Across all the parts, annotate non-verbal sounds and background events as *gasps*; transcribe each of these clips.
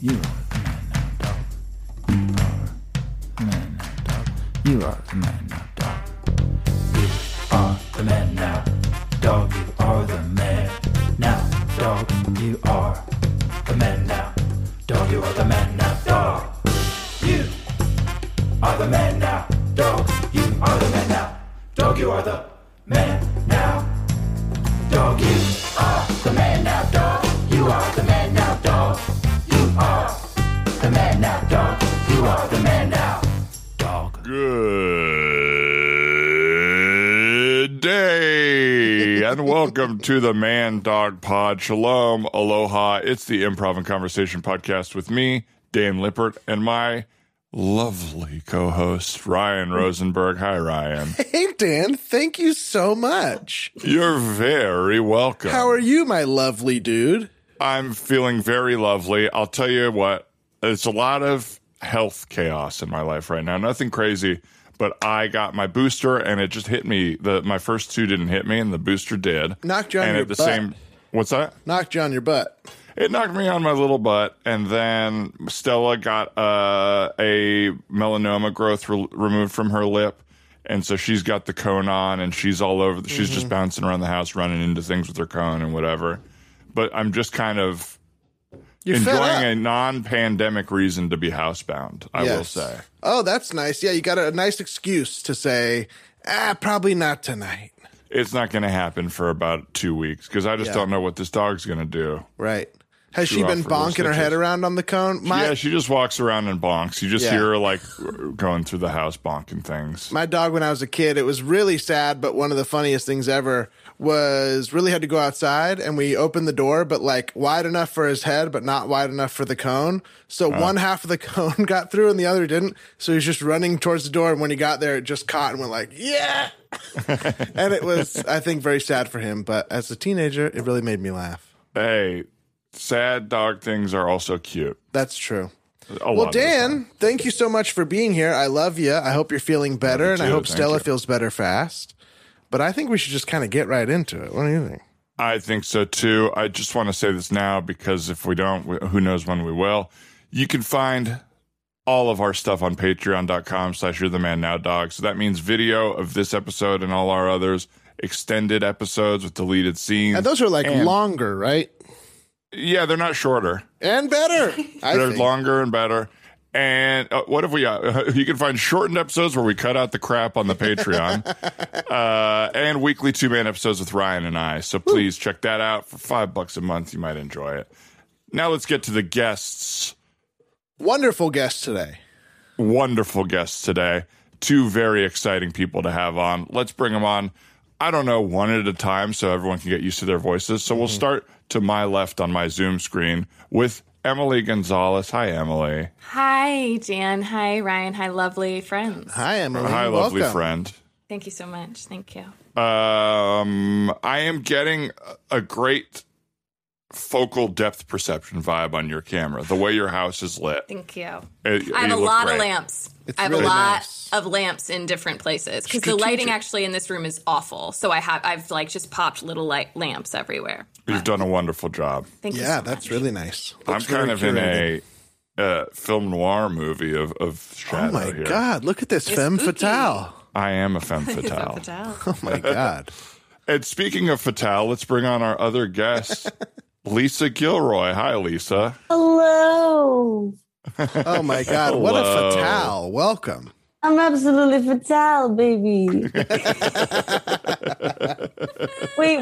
You are the man now, dog. You are the man now, dog. You are the man now, dog. You are the man now, dog. You are the man now, dog. You are the man now, dog. You are the man now, dog. You are the man now, dog. You are the man now, dog. You are the man now, dog. You are the man now, dog. You are the man now, dog. You are the man now, dog. You are the man now, dog. Good day and welcome to the Man Dog Pod. Shalom, aloha. It's the Improv and Conversation podcast with me, Dan Lippert, and my lovely co-host Ryan Rosenberg. Hi, Ryan. Hey, Dan, thank you so much. You're very welcome. How are you, my lovely dude? I'm feeling very lovely. I'll tell you what, it's a lot of health chaos in my life right now. Nothing crazy, but I got my booster and it just hit me. The my first two didn't hit me and the booster did. Knocked you on and your at the butt. same what's that? Knocked you on your butt. It knocked me on my little butt, and then Stella got uh, a melanoma growth re- removed from her lip, and so she's got the cone on, and she's all over. She's Mm-hmm. just bouncing around the house, running into things with her cone and whatever. But I'm just kind of You're fed enjoying up. a non-pandemic reason to be housebound. I will Yes. say. Oh, that's nice. Yeah, you got a nice excuse to say, ah, probably not tonight. It's not going to happen for about two weeks because I just Yeah. don't know what this dog's going to do. Right. Has she Chew been off for those bonking her head stitches. around on the cone? My yeah, she just walks around and bonks. You just Yeah. hear her like *laughs* going through the house bonking things. my dog when I was a kid, it was really sad, but one of the funniest things ever was really had to go outside and we opened the door, but like wide enough for his head, but not wide enough for the cone. So one half of the *laughs* cone got through and the other didn't. So he was just running towards the door. And when he got there, it just caught and went like, yeah. *laughs* and it was, I think, very sad for him. But as a teenager, it really made me laugh. Hey, sad dog things are also cute. That's true. A lot Well, of the time. Dan, thank you so much for being here. I love you. I hope you're feeling better, and I too. hope Thank Stella you. feels better fast. But I think we should just kind of get right into it. What do you think? I think so too. I just want to say this now because if we don't, wh- who knows when we will. You can find all of our stuff on patreon.com slash you're the man now dog. So that means video of this episode and all our others, extended episodes with deleted scenes. And those are like And- longer, right? yeah, they're not shorter. And *laughs* better. I They're think. longer and better. And uh, what have we got? *laughs* you can find shortened episodes where we cut out the crap on the Patreon, uh, and weekly two man episodes with Ryan and I. So please check that out for five bucks a month. You might enjoy it. Now let's get to the guests. Wonderful guest today. Wonderful guests today. Two very exciting people to have on. Let's bring them on. I don't know one at a time, so everyone can get used to their voices. So we'll start to my left on my Zoom screen with Emily Gonzalez. Hi, Emily. Hi, Dan. Hi, Ryan. Hi, lovely friends. Hi, Emily. Hi, Welcome. lovely friend. Thank you so much. Thank you. Um, I am getting a great focal depth perception vibe on your camera. The way your house is lit, Thank you. It- I have you a look lot of great. lamps. It's I have really a lot nice. of lamps in different places because the lighting actually in this room is awful. So I have I've like just popped little light lamps everywhere. You've done a wonderful job. Thank you. Yeah, so that's much. really nice. I'm kind of in a uh, film noir movie of of shadow Oh my here. God! Look at this femme spooky. fatale. I am a *laughs* femme Femme fatale. fatale. *laughs* Oh *laughs* my God! and speaking of fatale, let's bring on our other guest, *laughs* Lisa Gilroy. Hi, Lisa. Oh, Hello. Oh my God! What a Hello. fatale! Welcome. I'm absolutely fatal, baby. Wait,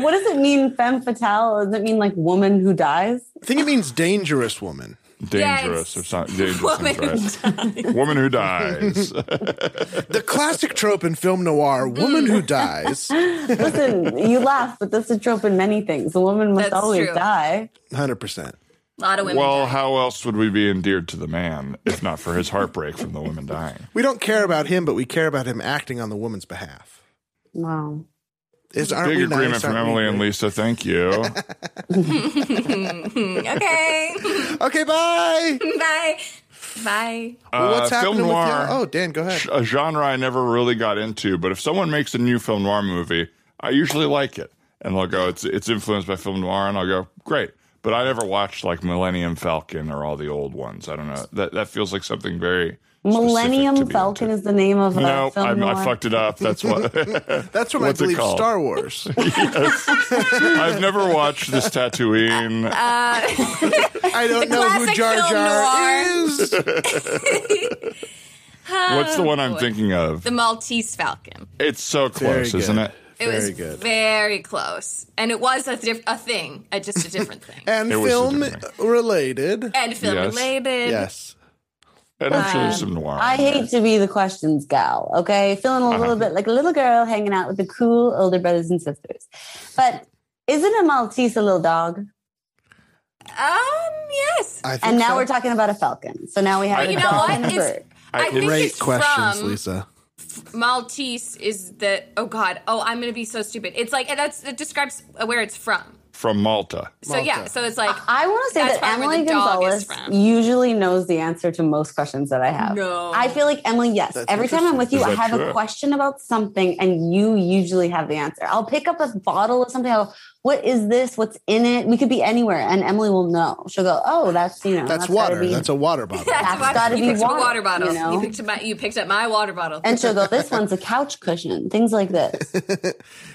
what does it mean, femme fatale? Does it mean like woman who dies? I think it means dangerous woman. Dangerous Yes. or something. Dangerous Woman is right. Woman who *laughs* dies. The classic trope in film noir: woman who dies. Listen, you laugh, but that's a trope in many things. A woman must That's always true. die. Hundred percent. A *laughs* lot of women. Well, die. how else would we be endeared to the man if not for his heartbreak from the woman dying? We don't care about him, but we care about him acting on the woman's behalf. Wow. Is aren't Big we agreement nice? from Aren't we Emily and great? Lisa. Thank *laughs* you. *laughs* okay. *laughs* Okay, bye. Bye. Bye. Well, what's Uh, film happening with noir. y'all? Oh, Dan, go ahead. a genre I never really got into, but if someone makes a new film noir movie, I usually like it, and they'll go, "It's it's influenced by film noir," and I'll go, "Great." But I never watched like Millennium Falcon or all the old ones. I don't know. That that feels like something very specific to Millennium be Falcon into. is the name of a No, film. I'm, I noir. fucked it up. That's *laughs* what. That's from What's it I believe called? *laughs* Star Wars. *laughs* I've never watched this Tatooine. Uh, I don't know who classic Jar film Jar noir. is. What's the one I'm thinking of? The Maltese Falcon. It's so close, good. isn't it? It Very was good. very close, and it was a, diff- a thing, uh, just a *laughs* different thing, And It was a film different related. and film Yes. related. Yes. And I'm Um, sure there's some noir. I hate to be the questions gal, okay? Feeling Uh-huh. a little bit like a little girl hanging out with the cool older brothers and sisters. But isn't a Maltese a little dog? Um. Yes. I think And now so. we're talking about a falcon. So now we have I- a You know dog what? and a It's, bird. I- I, think Great it's questions, from Lisa. Maltese is the oh god oh I'm gonna be so stupid. It's like that's it describes where it's from. From Malta. So yeah, so it's like I want to say That's that probably where Emily the dog Gonzalez is from. usually knows the answer to most questions that I have. No. I feel like Emily, yes. Every time I'm with you, Is I that have true? a question about something and you usually have the answer. I'll pick up a bottle of something. I'll go, what is this? What's in it? We could be anywhere and Emily will know. She'll go, oh, that's, you know, That's gotta water. be- That's a water *laughs* bottle. That's Why- gotta you be picked up a water, water bottle. you You, know? picked up my you picked up my water bottle. and she'll go, this one's a couch cushion, things like this.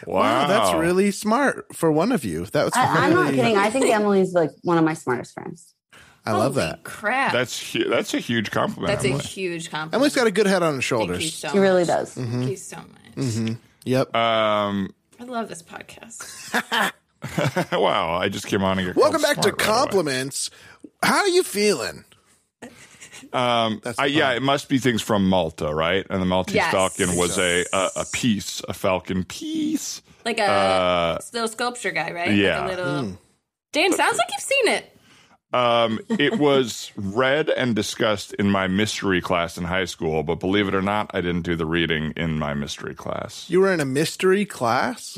Wow. Wow, that's really smart for one of you. That was I, *laughs* I'm really, not kidding. I think Emily's like one of my smartest friends. I love Holy that. Crap. That's hu- that's a huge compliment. That's a Emily. huge compliment. Emily's got Mm-hmm. a good head on her Thank you shoulders. so She really much. does. Mm-hmm. Thank you so much. Yep. um, *laughs* I love this podcast. wow, I just came on and got Welcome called back to smart right away. compliments. How are you feeling? Um, That's I, the yeah, problem. it must be things from Malta, right? And the Maltese Yes. falcon was a, a a piece, a falcon piece. Like a Uh, little sculpture guy, right? yeah. Like a little. Hmm. Dan, sounds like you've seen it. Um, *laughs* it was read and discussed in my mystery class in high school, but believe it or not, I didn't do the reading in my mystery class. You were in a mystery class?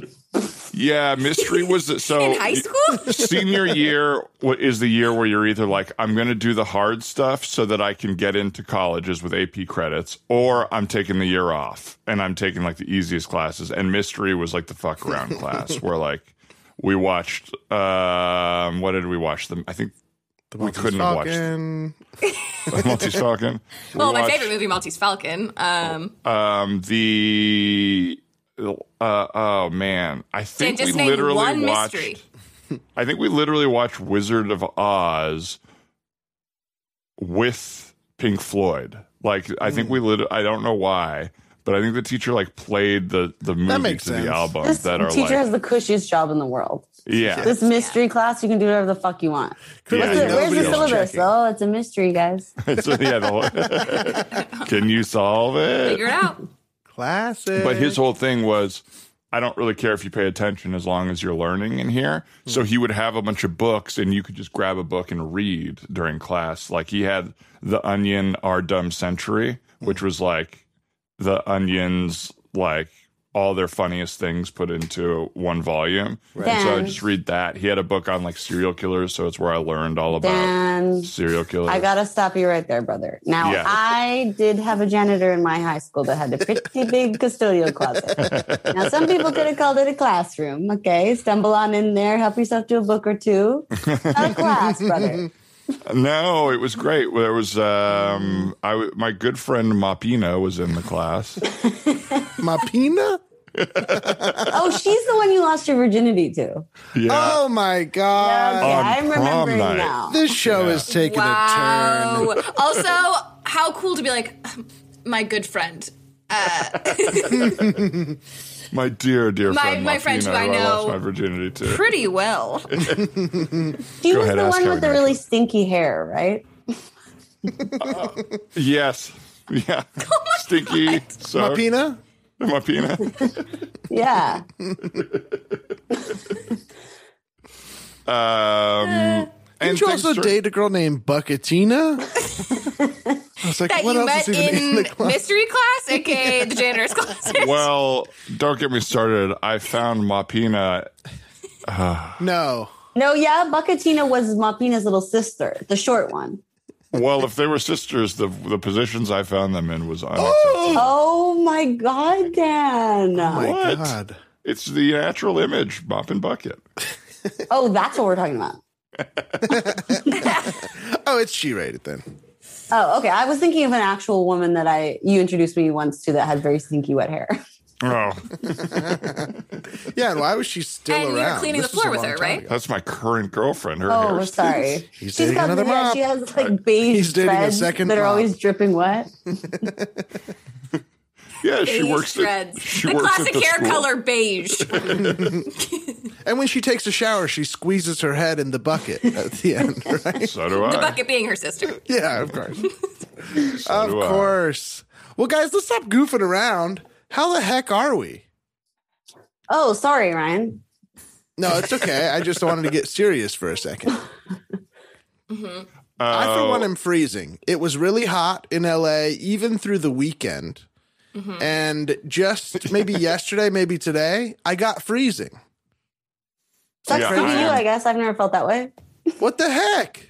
Yeah, mystery was so *laughs* In *laughs* high school? senior *laughs* year wa- is the year where you're either like i'm going to do the hard stuff so that i can get into colleges with ap credits or i'm taking the year off and i'm taking like the easiest classes and mystery was like the fuck around *laughs* class where like we watched um what did we watch them i think The we Maltese couldn't Falcon. have watched Maltese *laughs* Falcon. We well, Oh, my watched, favorite movie, Maltese Falcon. Um, Um, the uh, oh man, I Dan, think just we name literally one watched. *laughs* mystery. I think we literally watched Wizard of Oz with Pink Floyd. Like, I think Hmm. we lit. I don't know why, but I think the teacher like played the the movie to makes sense. the album This that are teacher like, has the cushiest job in the world. yeah, *laughs* *laughs* This mystery class, you can do whatever the fuck you want. yeah, Where's the- yeah, Where's the yeah. syllabus? checking. Oh, it's a mystery, *laughs* guys. So, yeah, the whole- *laughs* can you solve it? Figure it out. Classic. But his whole thing was, I don't really care if you pay attention as long as you're learning in here. So he would have a bunch of books, and you could just grab a book and read during class. Like he had The Onion, Our Dumb Century, which was like The Onion's like all their funniest things put into one volume. And so I Dan. just read that. He had a book on like serial killers, so it's where I learned all about Dan, serial killers. I gotta stop you right there, brother. Now, Yeah. I did have a janitor in my high school that had a *laughs* pretty big custodial closet. Now, some people could have called it a classroom. Okay, stumble on in there, help yourself to a book or two. *laughs* Not a class, brother. No, it was great. There was um, I w- my good friend Mapino was in the class. *laughs* Mapina? Oh, she's the one you lost your virginity to. Yeah. Oh my Okay, god. on I'm prom remembering night. now. This show is taking a turn. Wow. also, how cool to be like, my good friend. My dear, dear My- friend, my friend Mafina, who I lost know. my virginity to. Pretty well. She was ahead, the ask one her with the now. really stinky hair, right? Yes, *laughs* yeah, Oh stinky. So Mapina? *laughs* Mapina. *laughs* Yeah. Eh. Um, and Didn't you things also tur- date a girl named *laughs* Bucketina? I was like, That what you else met is even in in the class? mystery class, aka the janitor's closet. Well, don't get me started. I found Mapina. *laughs* No. No, yeah, Bucketina was Mapina's little sister, the short one. Well, if they were sisters, the the positions I found them in was unacceptable. Oh my god, Dan. Mm. Oh My What? god. It's the natural image, mop and bucket. oh, that's what we're talking about. Oh, it's she rated then. Oh, okay. I was thinking of an actual woman that I you introduced me once to that had very stinky *laughs* wet hair. Oh, Yeah, and why was she still And you were around? cleaning the was floor a with long her, time right? ago. that's my current girlfriend. Her Oh, hair. we're sorry. He's dating got another yeah, mop. she has like beige He's dating a threads second that are mop. always *laughs* dripping wet. Yeah, she Beige works. At, dreads. she the works classic at the hair school. color beige. And when she takes a shower, she squeezes her head in the bucket at the end, *laughs* right? So do I. the bucket being her sister. Yeah, of course. *laughs* So of do I. course. Well, guys, let's stop goofing around. How the heck are we? Oh, sorry, Ryan. No, it's okay. I just wanted to get serious for a second. Uh, I, for one, am freezing. It was really hot in LA, even through the weekend. Mm-hmm. And just maybe yesterday, maybe today, I got freezing. Sucks Yeah, to be I you, am- I guess. I've never felt that way. What the heck?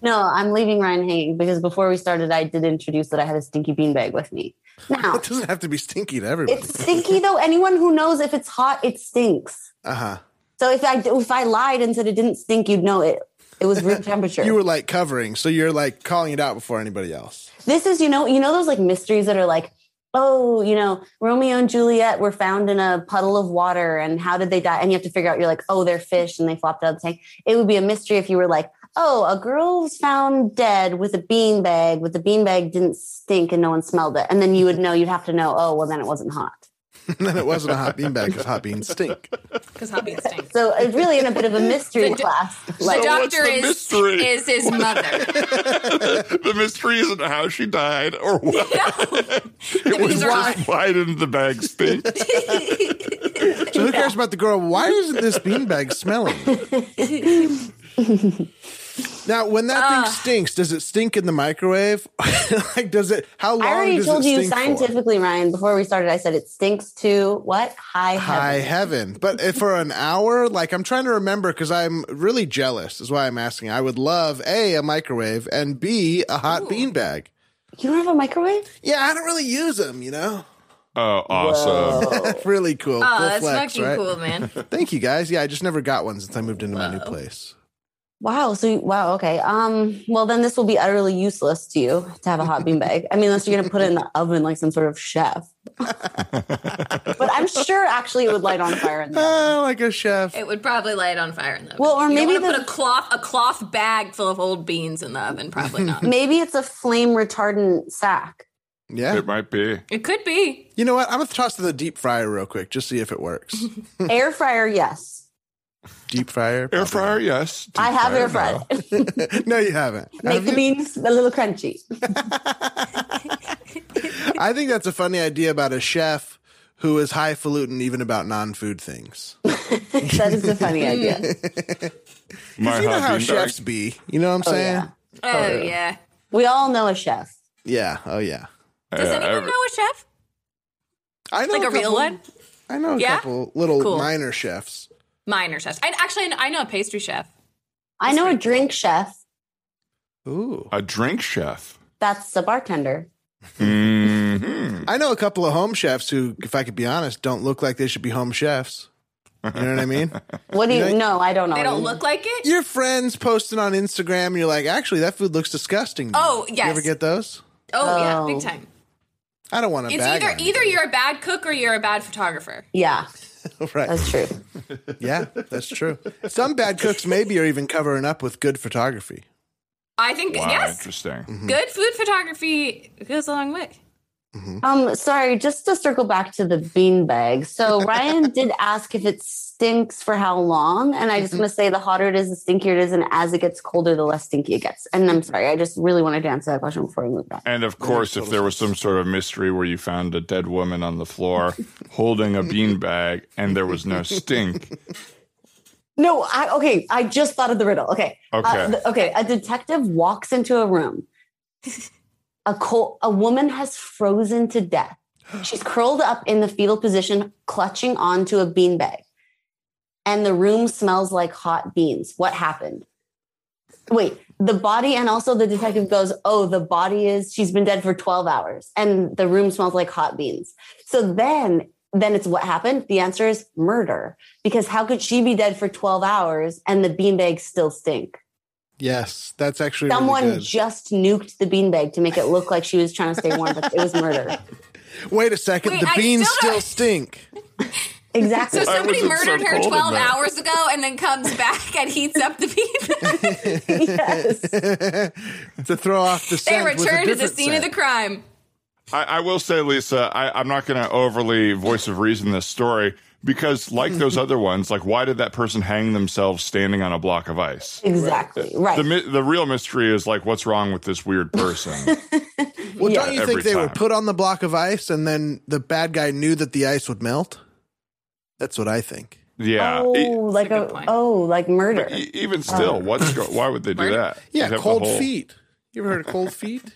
No, I'm leaving Ryan hanging because before we started, I did introduce that I had a stinky beanbag with me. Now, It doesn't have to be stinky to everybody. it's stinky though. Anyone who knows if it's hot, it stinks. Uh huh. So if I if I lied and said it didn't stink, you'd know it. It was room temperature. You were like covering, so you're like calling it out before anybody else. *laughs* this is you know you know those like mysteries that are like oh you know romeo and juliet were found in a puddle of water and how did they die and you have to figure out you're like oh they're fish and they flopped out of the tank it would be a mystery if you were like oh a girl was found dead with a bean bag but the bean bag didn't stink and no one smelled it and then you would know you'd have to know oh well then it wasn't hot And then it wasn't a hot bean bag because hot beans stink. Because hot beans stink. so it's really in a bit of a mystery *laughs* The d- class the like doctor the is mystery? is his mother. the mystery isn't how she died or what. it was bees are- just why didn't the bag *laughs* stink? So who cares about the girl? Why isn't this beanbag *laughs* smelling? now, when that thing stinks, does it stink in the microwave? *laughs* like, does it? How long? i already does told it you stink for? scientifically ryan before we started i said it stinks to what high High heaven. heaven. But if for an hour, like I'm trying to remember because I'm really jealous, is why I'm asking. I would love A, a microwave, and B, a hot beanbag. you don't have a microwave Yeah, I don't really use them, you know? Oh, awesome! really cool. Oh, cool that's flex, fucking right? cool, man. Thank you guys. Yeah, I just never got one since I moved into my new place. Wow. So wow. Okay. Um. Well, then this will be utterly useless to you to have a hot beanbag. I mean, unless you're going to put it in the oven like some sort *laughs* of chef. but I'm sure actually it would light on fire in there. Oh, like a chef. It would probably light on fire in the oven. Well, or You don't maybe wanna the- put a cloth a cloth bag full of old beans in the oven. Probably not. Maybe it's a flame *laughs* retardant sack. Yeah. it might be. it could be. You know what? I'm gonna toss it in the deep fryer real quick, just see if it works. Air fryer. Yes, deep fryer. Air fryer, yes. Deep I have air fryer, *laughs* fryer. no. *laughs* no, you haven't. Make the beans a little crunchy. *laughs* I think that's a funny idea about a chef who is highfalutin even about non-food things. that is a funny idea. My you know hot how bean chefs bag. be. You know what I'm saying? yeah. Oh, yeah. We all know a chef. yeah. Oh yeah. Does Yeah, anyone every- know a chef? I know Like a couple, real one? I know a Yeah? couple little Cool. minor chefs. Minor chef. I actually I know a pastry chef. I know a drink chef. Ooh. A drink chef. That's a bartender. hmm I know a couple of home chefs who, if I could be honest, don't look like they should be home chefs. You know what I mean? What do you? No, I don't know. They what don't you- look like it. Your friends posting on Instagram, and you're like, actually, that food looks disgusting. to me." Oh, yes. You ever get those? Oh, Oh. yeah, big time. I don't want to It's bag either on either you're a bad cook or you're a bad photographer. Yeah, you. *laughs* right. that's true. Yeah, that's true. Some bad cooks maybe are even covering up with good photography. I think Wow, yes, interesting. good food photography goes a long way. Um, sorry, just to circle back to the beanbag. So Ryan did ask if it stinks for how long, and I just want to say the hotter it is, the stinkier it is, and as it gets colder, the less stinky it gets. And I'm sorry, I just really wanted to answer that question before we moved on. And of course, if there was some sort of mystery where you found a dead woman on the *laughs* floor holding a beanbag and there was no stink, No, I okay. I just thought of the riddle. Okay, Uh, Okay. th- okay. A detective walks into a room. A col- a woman has frozen to death. She's curled up in the fetal position, clutching onto a beanbag, and the room smells like hot beans. What happened? Wait, the body, and also the detective goes, "Oh, the body is she's been dead for twelve hours, and the room smells like hot beans." So then then it's what happened? The answer is murder. Because how could she be dead for 12 hours and the beanbags still stink? Yes, that's actually Someone Really good. just nuked the beanbag to make it look like she was trying to stay warm, but it was murder. Wait a second. Wait, the I beans still still don't- stink. *laughs* Exactly. So Why somebody was it so murdered her cold in 12 there? hours ago and then comes back and heats up the people. yes. to throw off the they scent with a return to the different scene of scent. the crime. I, I will say, Lisa, I, I'm not going to overly voice of reason this story because, like *laughs* those other ones, like why did that person hang themselves standing on a block of ice? Exactly. Right. The mi- the real mystery is like what's wrong with this weird *laughs* person? Well, Yeah. don't you Every think they were time. put on the block of ice and then the bad guy knew that the ice would melt? That's what I think. yeah. oh, E- like That's a a, good point. oh, like murder. e- even still, what's go- why would they do Right. that? They'd Yeah, have the cold whole- feet. You ever heard of cold feet?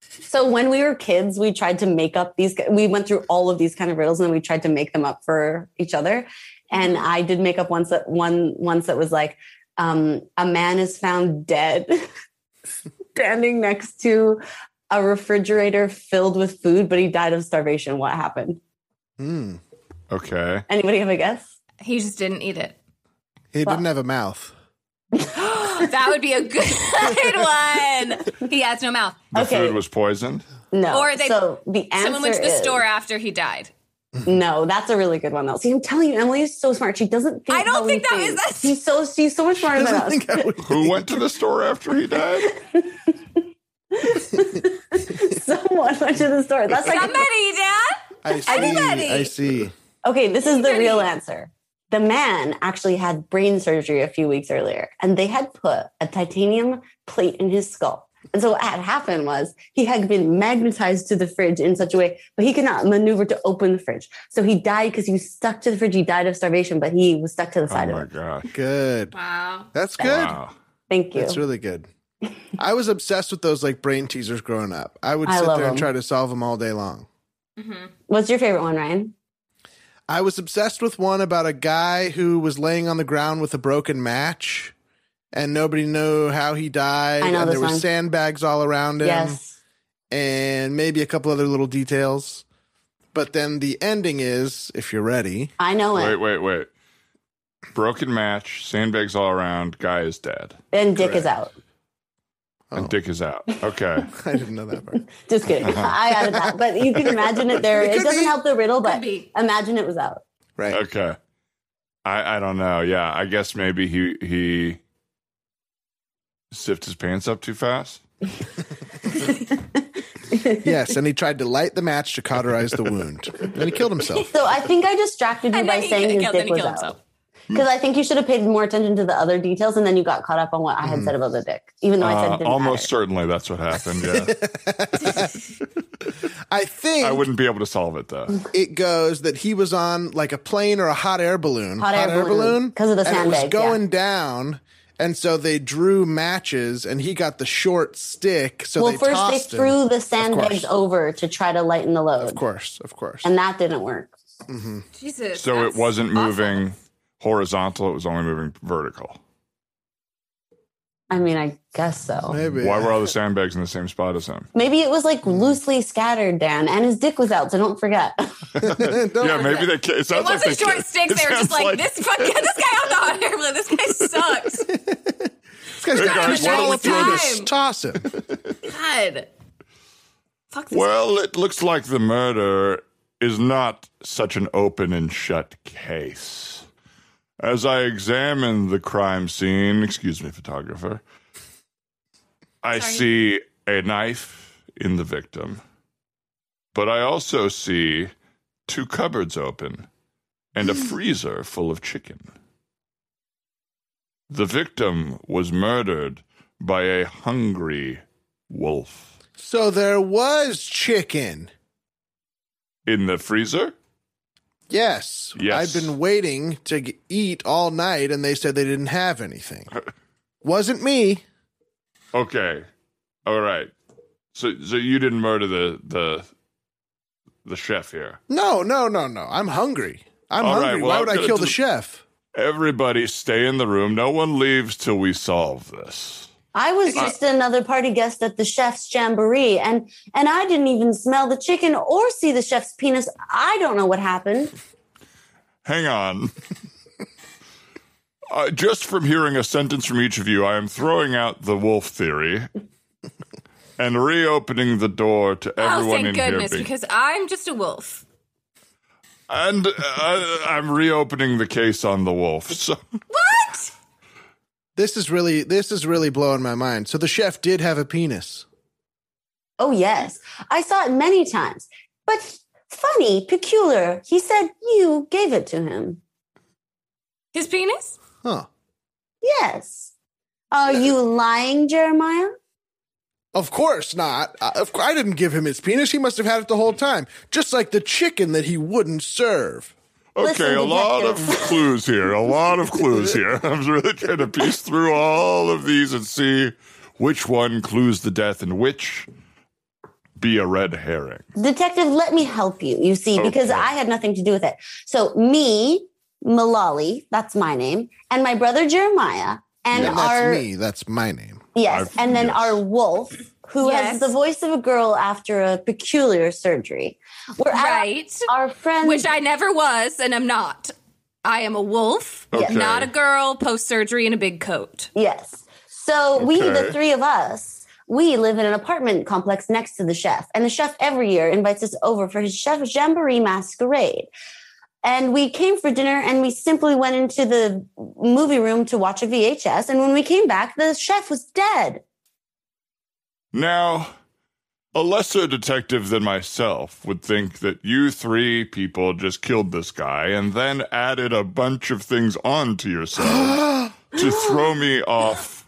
So when we were kids, we tried to make up these. We went through all of these kind of riddles, and then we tried to make them up for each other. And Mm-hmm. I did make up once that one once that was like, um, a man is found dead, *laughs* standing next to a refrigerator filled with food, but he died of starvation. What happened? Hmm. Okay. Anybody have a guess? He just didn't eat it. *gasps* He didn't have a mouth. that would be a good *laughs* one. He has no mouth. The Okay. food was poisoned. No. Or they- so the answer Someone went to the is, store after he died. No, that's a really good one though. See, I'm telling you, Emily is so smart. She doesn't. Think I don't how we think that think. was- that's- She's so she's so much smarter than Doesn't us. think *laughs* I would- *laughs* Who went to the store after he died? Someone went to the store. That's like Somebody, Dad. I see. Everybody. I see. Okay, this is the Anybody. real answer. The man actually had brain surgery a few weeks earlier, and they had put a titanium plate in his skull. And so what had happened was he had been magnetized to the fridge in such a way, but he could not maneuver to open the fridge. So he died because he was stuck to the fridge. He died of starvation, but he was stuck to the Oh *laughs* side of my it. god. Good. Wow. That's good. Wow. Thank you. That's really good. I was obsessed with those like brain teasers growing up. I would I sit there love and them. try to solve them all day long. What's your favorite one, Ryan? I was obsessed with one about a guy who was laying on the ground with a broken match and nobody knew how he died. I know and this there were one. sandbags all around him Yes. and maybe a couple other little details. But then the ending is, if you're ready, *laughs* I know it. Wait, wait, wait. Broken match, sandbags all around, guy is dead. and Dick is out. Oh. And Dick is out. Okay. I didn't know that part. Just kidding. *laughs* I added that, but you can imagine it there. It It, could doesn't be. help the riddle, but be. imagine it was out. *laughs* *laughs* Right. Okay. I, I don't know. Yeah, I guess maybe he he sipped his pants up too fast. Yes, and he tried to light the match to cauterize the wound. And he killed himself. *laughs* So I think I distracted you And by then he saying killed, his killed, then dick he was killed out. himself. Because I think you should have paid more attention to the other details, and then you got caught up on what I Mm. had said about the dick, even though I said Uh, it didn't almost matter. certainly that's what happened. Yeah. I think I wouldn't be able to solve it though. it goes that he was on like a plane or a hot air balloon. Hot air balloon, 'cause of the and It was sandbags, yeah. going down. And so they drew matches and he got the short stick. So Well, they first they tossed him. threw the sandbags course. over to try to lighten the Of load, course, of course. and that didn't work. Jesus. So it that's wasn't awful. moving horizontal, it was only moving vertical. I mean, I guess so. Maybe. Why were all the sandbags in the same spot as him? Maybe it was like Mm. loosely scattered, Dan, and his dick was out, so don't forget. *laughs* Don't- yeah, maybe they ca- it Oh, It sounds like wasn't they short ca- sticks. it They were sounds just like, this fucking this guy on the hot *laughs* air balloon. This guy sucks. This guy's Hey, got guys, two why don't small we throw fingers. this- Toss him. God. Fuck this. Well, it looks like the murder is not such an open and shut case. As I examine the crime scene, excuse me, photographer, I Sorry. see a knife in the victim, but I also see two cupboards open and a freezer full of chicken. The victim was murdered by a hungry wolf. So there was chicken. In the freezer? Yes. Yes. I've been waiting to g- eat all night and they said they didn't *laughs* have anything. Wasn't me. Okay. All right. So so you didn't murder the the the chef here. No, no, no, no. I'm hungry. I'm All hungry. right, well, Why I'm would I gonna kill do- the chef? Everybody stay in the room. No one leaves till we solve this. I was just another party guest at the chef's jamboree, and and I didn't even smell the chicken or see the chef's penis. I don't know what happened. Hang on. *laughs* uh, just from hearing a sentence from each of you, I am throwing out the wolf theory *laughs* and reopening the door to Oh, everyone thank in goodness, here. being- because I'm just a wolf. and uh, I'm reopening the case on the wolf. *laughs* So What? This is really this is really blowing my mind. So the chef did have a penis. Oh yes, I saw it many times. But funny, peculiar. He said you gave it to him. His penis? Huh. Yes. Are you lying, Jeremiah? Of course not. I, of course, I didn't give him his penis. He must have had it the whole time. Just like the chicken that he wouldn't serve. Okay, Listen, a lot of detective. clues here. A lot of clues here. I'm really trying to piece through all of these and see which one clues the death and which be a red herring. Detective, let me help you, you see, because I had nothing to do with it. So, me, Malali, that's my name, and my brother Jeremiah, And and that's our, me. That's my name. yes, I've- and then yes. our wolf, who Yes. has the voice of a girl after a peculiar surgery. We're at Right. our friend. Which I never was, and I'm not. I am a wolf, Okay. not a girl, post surgery in a big coat. Yes. So we, Okay. the three of us, we live in an apartment complex next to the chef, and the chef every year invites us over for his chef jamboree masquerade. And we came for dinner, and we simply went into the movie room to watch a VHS. And when we came back, the chef was dead. Now, a lesser detective than myself would think that you three people just killed this guy and then added a bunch of things onto yourselves to throw me off.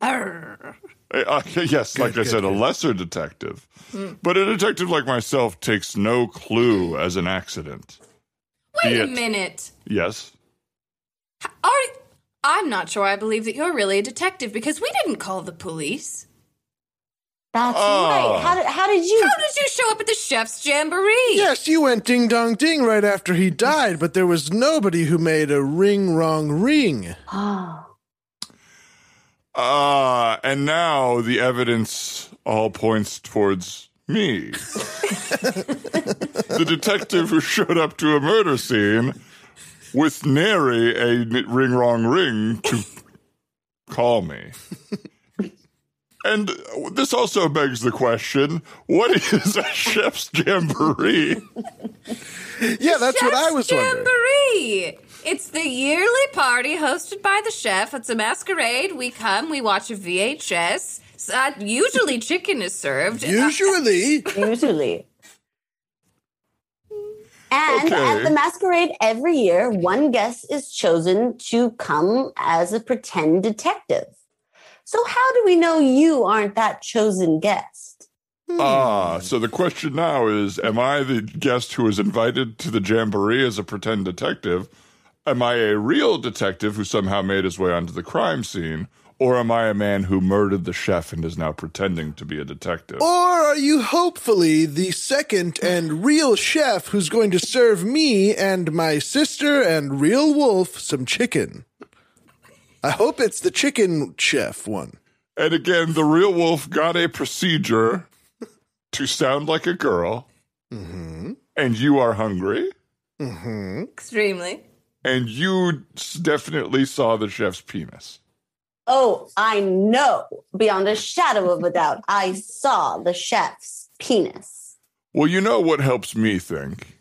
Arr. Uh, *laughs* yes, like I said, a lesser detective. But a detective like myself takes no clue as an accident. Wait a It. minute. Yes. Are, I'm not sure I believe that you're really a detective because we didn't call the police. That's Oh. right. How did, how did you? How did you show up at the chef's jamboree? Yes, you went ding dong ding right after he died, but there was nobody who made a ring wrong *laughs* ring. Oh, Ah, and now the evidence all points towards me. the detective who showed up to a murder scene with nary a n- ring wrong ring to call me. And this also begs the question what is a *laughs* chef's jamboree? Yeah, that's what I Chef's was wondering. Jamboree. It's the yearly party hosted by the chef. It's a masquerade. We come, we watch a VHS. So, uh, *laughs* usually chicken is served. Usually, usually. And Okay. at the masquerade every year, one guest is chosen to come as a pretend detective. So, how do we know you aren't that chosen guest? Ah, so the question now is Am I the guest who was invited to the jamboree as a pretend detective? Am I a real detective who somehow made his way onto the crime scene? Or am I a man who murdered the chef and is now pretending to be a detective? or are you hopefully the second and real chef who's going to serve me and my sister and real wolf some chicken? I hope it's the chicken chef one. And again, the real wolf got a procedure to sound like a girl. And you are hungry. Extremely. And you s- definitely saw the chef's penis. Oh, I know beyond a shadow of a doubt. I saw the chef's penis. Well, you know what helps me think?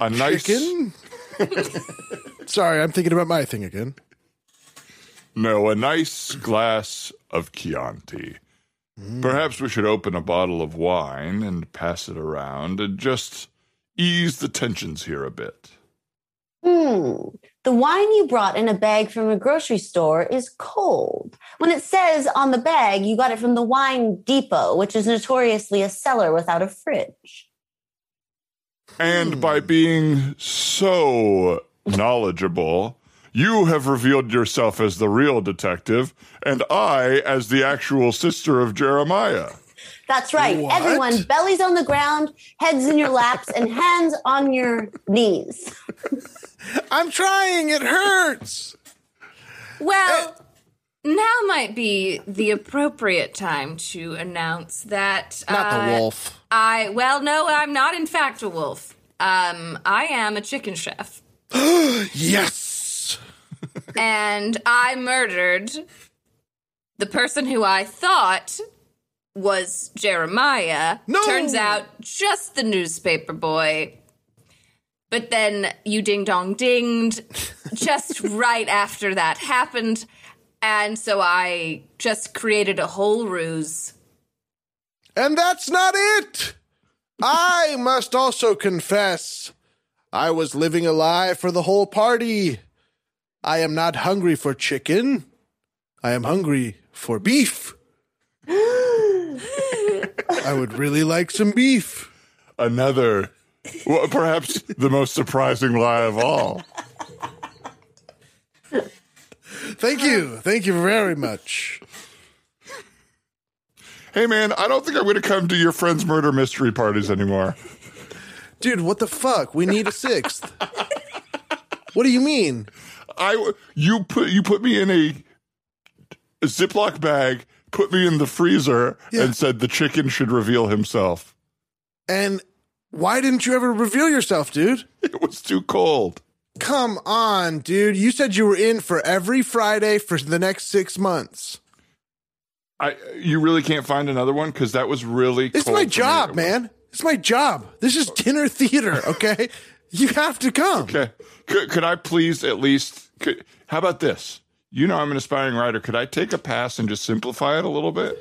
A nice Chicken? *laughs* Sorry, I'm thinking about my thing again. no, a nice glass of Chianti. Perhaps we should open a bottle of wine and pass it around and just ease the tensions here a bit. Hmm. The wine you brought in a bag from a grocery store is cold. When it says on the bag, you got it from the wine depot, which is notoriously a cellar without a fridge. And by being so knowledgeable, you have revealed yourself as the real detective, and I as the actual sister of Jeremiah. That's right. What? Everyone, bellies on the ground, heads in your laps, and hands on your knees. I'm trying, it hurts. Well, now might be the appropriate time to announce that Not the uh, wolf. I well, no, I'm not in fact a wolf. Um, I am a chicken chef, Yes. and I murdered the person who I thought was Jeremiah. No! Turns out, just the newspaper boy. But then you ding dong dinged just right after that happened. And so I just created a whole ruse. And that's not it. I must also confess, I was living a lie for the whole party. I am not hungry for chicken. I am hungry for beef. I would really like some beef. Another, well, perhaps the most surprising lie of all. Thank you. Thank you very much. Hey, man, I don't think I'm going to come to your friend's murder mystery parties anymore. Dude, what the fuck? We need a sixth. What do you mean? I you put you put me in a, a Ziploc bag, put me in the freezer, Yeah. and said the chicken should reveal himself. And why didn't you ever reveal yourself, dude? It was too cold. Come on, dude. You said you were in for every Friday for the next six months. I you really can't find another one because that was really. It's cold my for me. job, man. It's my job. This is dinner theater, *laughs* okay? you have to come. Okay, could, could I please at least? Could, how about this? You know, I'm an aspiring writer. Could I take a pass and just simplify it a little bit?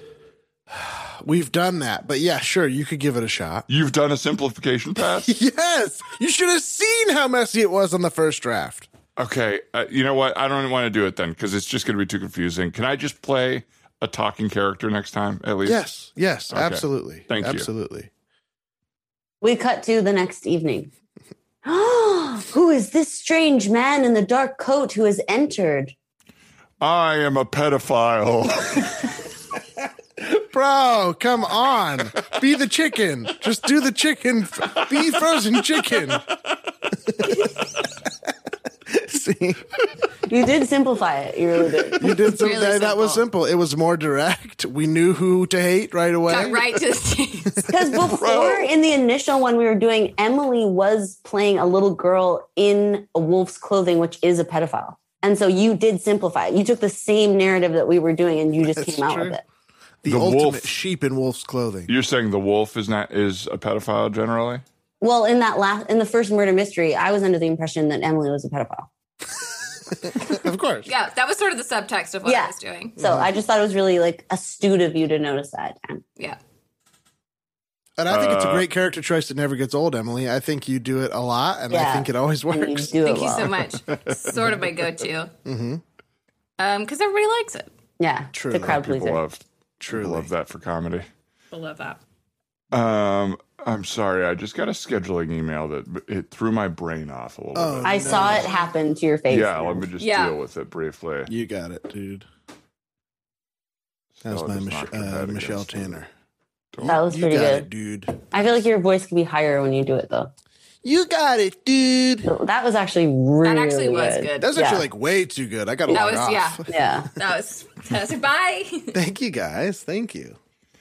We've done that, but yeah, sure, you could give it a shot. *laughs* You've done a simplification pass. Yes, you should have seen how messy it was on the first draft. Okay, uh, you know what? I don't want to do it then because it's just going to be too confusing. Can I just play a talking character next time at least? Yes, yes, absolutely. Thank you. Absolutely. We cut to the next evening. *gasps* who is this strange man in the dark coat who has entered? I am a pedophile. *laughs* Bro, come on. Be the chicken. Just do the chicken. Be frozen chicken. *laughs* See, You did simplify it. You really did. you did something Really that, that was simple. simple. It was more direct. We knew who to hate right away. Got right to the *laughs* Because before in the initial one we were doing, Emily was playing a little girl in a wolf's clothing, which is a pedophile. And so you did simplify it. You took the same narrative that we were doing and you just That's came out true. with it. The, The ultimate wolf. sheep in wolf's clothing. You're saying the wolf is not is a pedophile generally? Well, in that last in the first murder mystery, I was under the impression that Emily was a pedophile. Of course. Yeah, that was sort of the subtext of what Yeah. I was doing. So I just thought it was really like astute of you to notice that. Dan. Yeah. And I think it's a Uh, great character choice that never gets old, Emily. I think you do it a lot, and I Yeah. think it always And you works. do Thank it you well. so much. It's sort of my go-to. Mm-hmm. Um, because everybody likes it. Yeah, Truly. the crowd People pleaser. love Truly. love that for comedy. I love that. Um, I'm sorry, I just got a scheduling email that it threw my brain off a little Oh, bit. I saw it happen to your face. Yeah, Dan. let me just Yeah. deal with it briefly. You got it, dude. That Stella was my just Mich- knocked her uh, head Michelle against it. Tanner. that was You pretty got good. it, dude. I feel like your voice could be higher when you do it though. You got it, dude. So that was actually really That actually was good. good. That was Yeah. actually like way too good. I got to That log was- off. yeah. *laughs* Yeah. That was that was bye. Thank you guys. Thank you.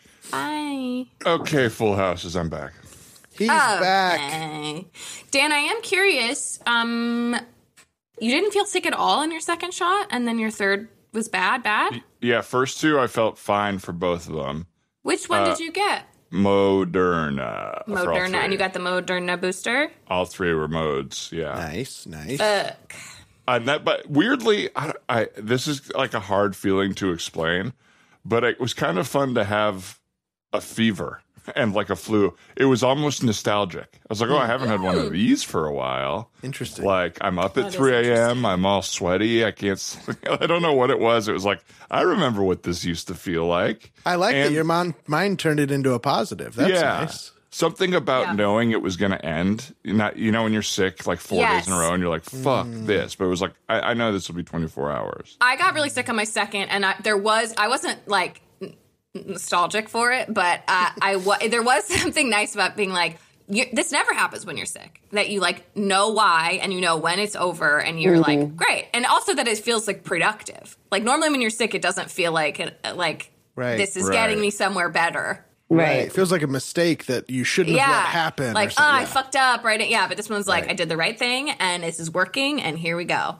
*laughs* Bye. Okay, Full Houses, I'm back. He's Oh, back. Okay. Dan, I am curious. Um you didn't feel sick at all in your second shot and then your third was bad, bad? Yeah, first two I felt fine for both of them. Which one did you get? Moderna. uh, for all Moderna and three. you got the Moderna booster? all three were modes. Yeah. Nice, nice. Uh, And that, but weirdly, I, I this is like a hard feeling to explain, but it was kind of fun to have a fever *laughs* and like a flu. It was almost nostalgic. I was like, oh, I haven't had one of these for a while. Interesting. Like I'm up Oh, at 3 a.m. I'm all sweaty. I can't. *laughs* s- I don't know what it was. It was like I remember what this used to feel like. I like that and- your mom, mine turned it into a positive. That's nice. Something about Yeah. knowing it was going to end. You're Not you know when you're sick like four Yes. days in a row and you're like fuck Mm. this, but it was like I, I know this will be 24 hours. I got really sick on my second, and I, there was I *laughs* wasn't like n- nostalgic for it, but uh, I wa- there was something nice about being like you, this never happens when you're sick that you like know why and you know when it's over and you're Mm-hmm. like great and also that it feels like productive like normally when you're sick it doesn't feel like it like Right. this is Right. getting me somewhere better It feels like a mistake that you shouldn't yeah have let happen. or like oh something. i fucked up right yeah but this one's like i did the right thing and this is working and here we go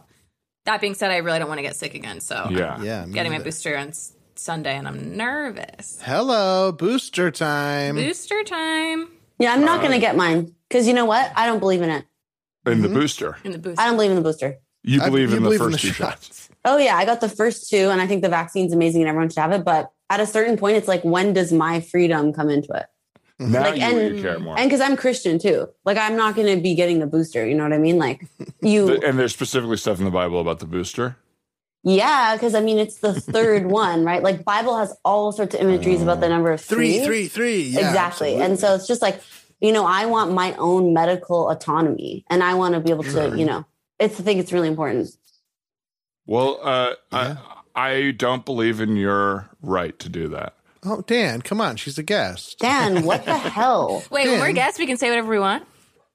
that being said i really don't want to get sick again so I'm Yeah. yeah, me getting my neither. booster on s- sunday and i'm nervous Hello, booster time. booster time Yeah, I'm not going to get mine because you know what? I don't believe in it. In the booster. in the booster I don't believe in the booster. You Mm-hmm. I- believe you in the believe in first the two shots. shots. Oh yeah, I got the first two, and I think the vaccine's amazing, and everyone should have it. But at a certain point, it's like, when does my freedom come into it? Mm-hmm. Now Like, you, and- you care more. And because I'm Christian too, like I'm not going to be getting the booster. You know what I mean? *laughs* Like you, The- and there's specifically stuff in the Bible about the booster. yeah, because I mean it's the third *laughs* one, right? Like Bible has all sorts of imageries about the number of Three, three, three. three. Yeah, exactly. absolutely. And so it's just like, you know, I want my own medical autonomy, and I want to be able to, you know, it's the thing. It's really important. Well, uh, I, I don't believe in your right to do that. oh, Dan, come on, she's a guest. *laughs* Dan, what the hell? wait when we're Then- guests we can say whatever we want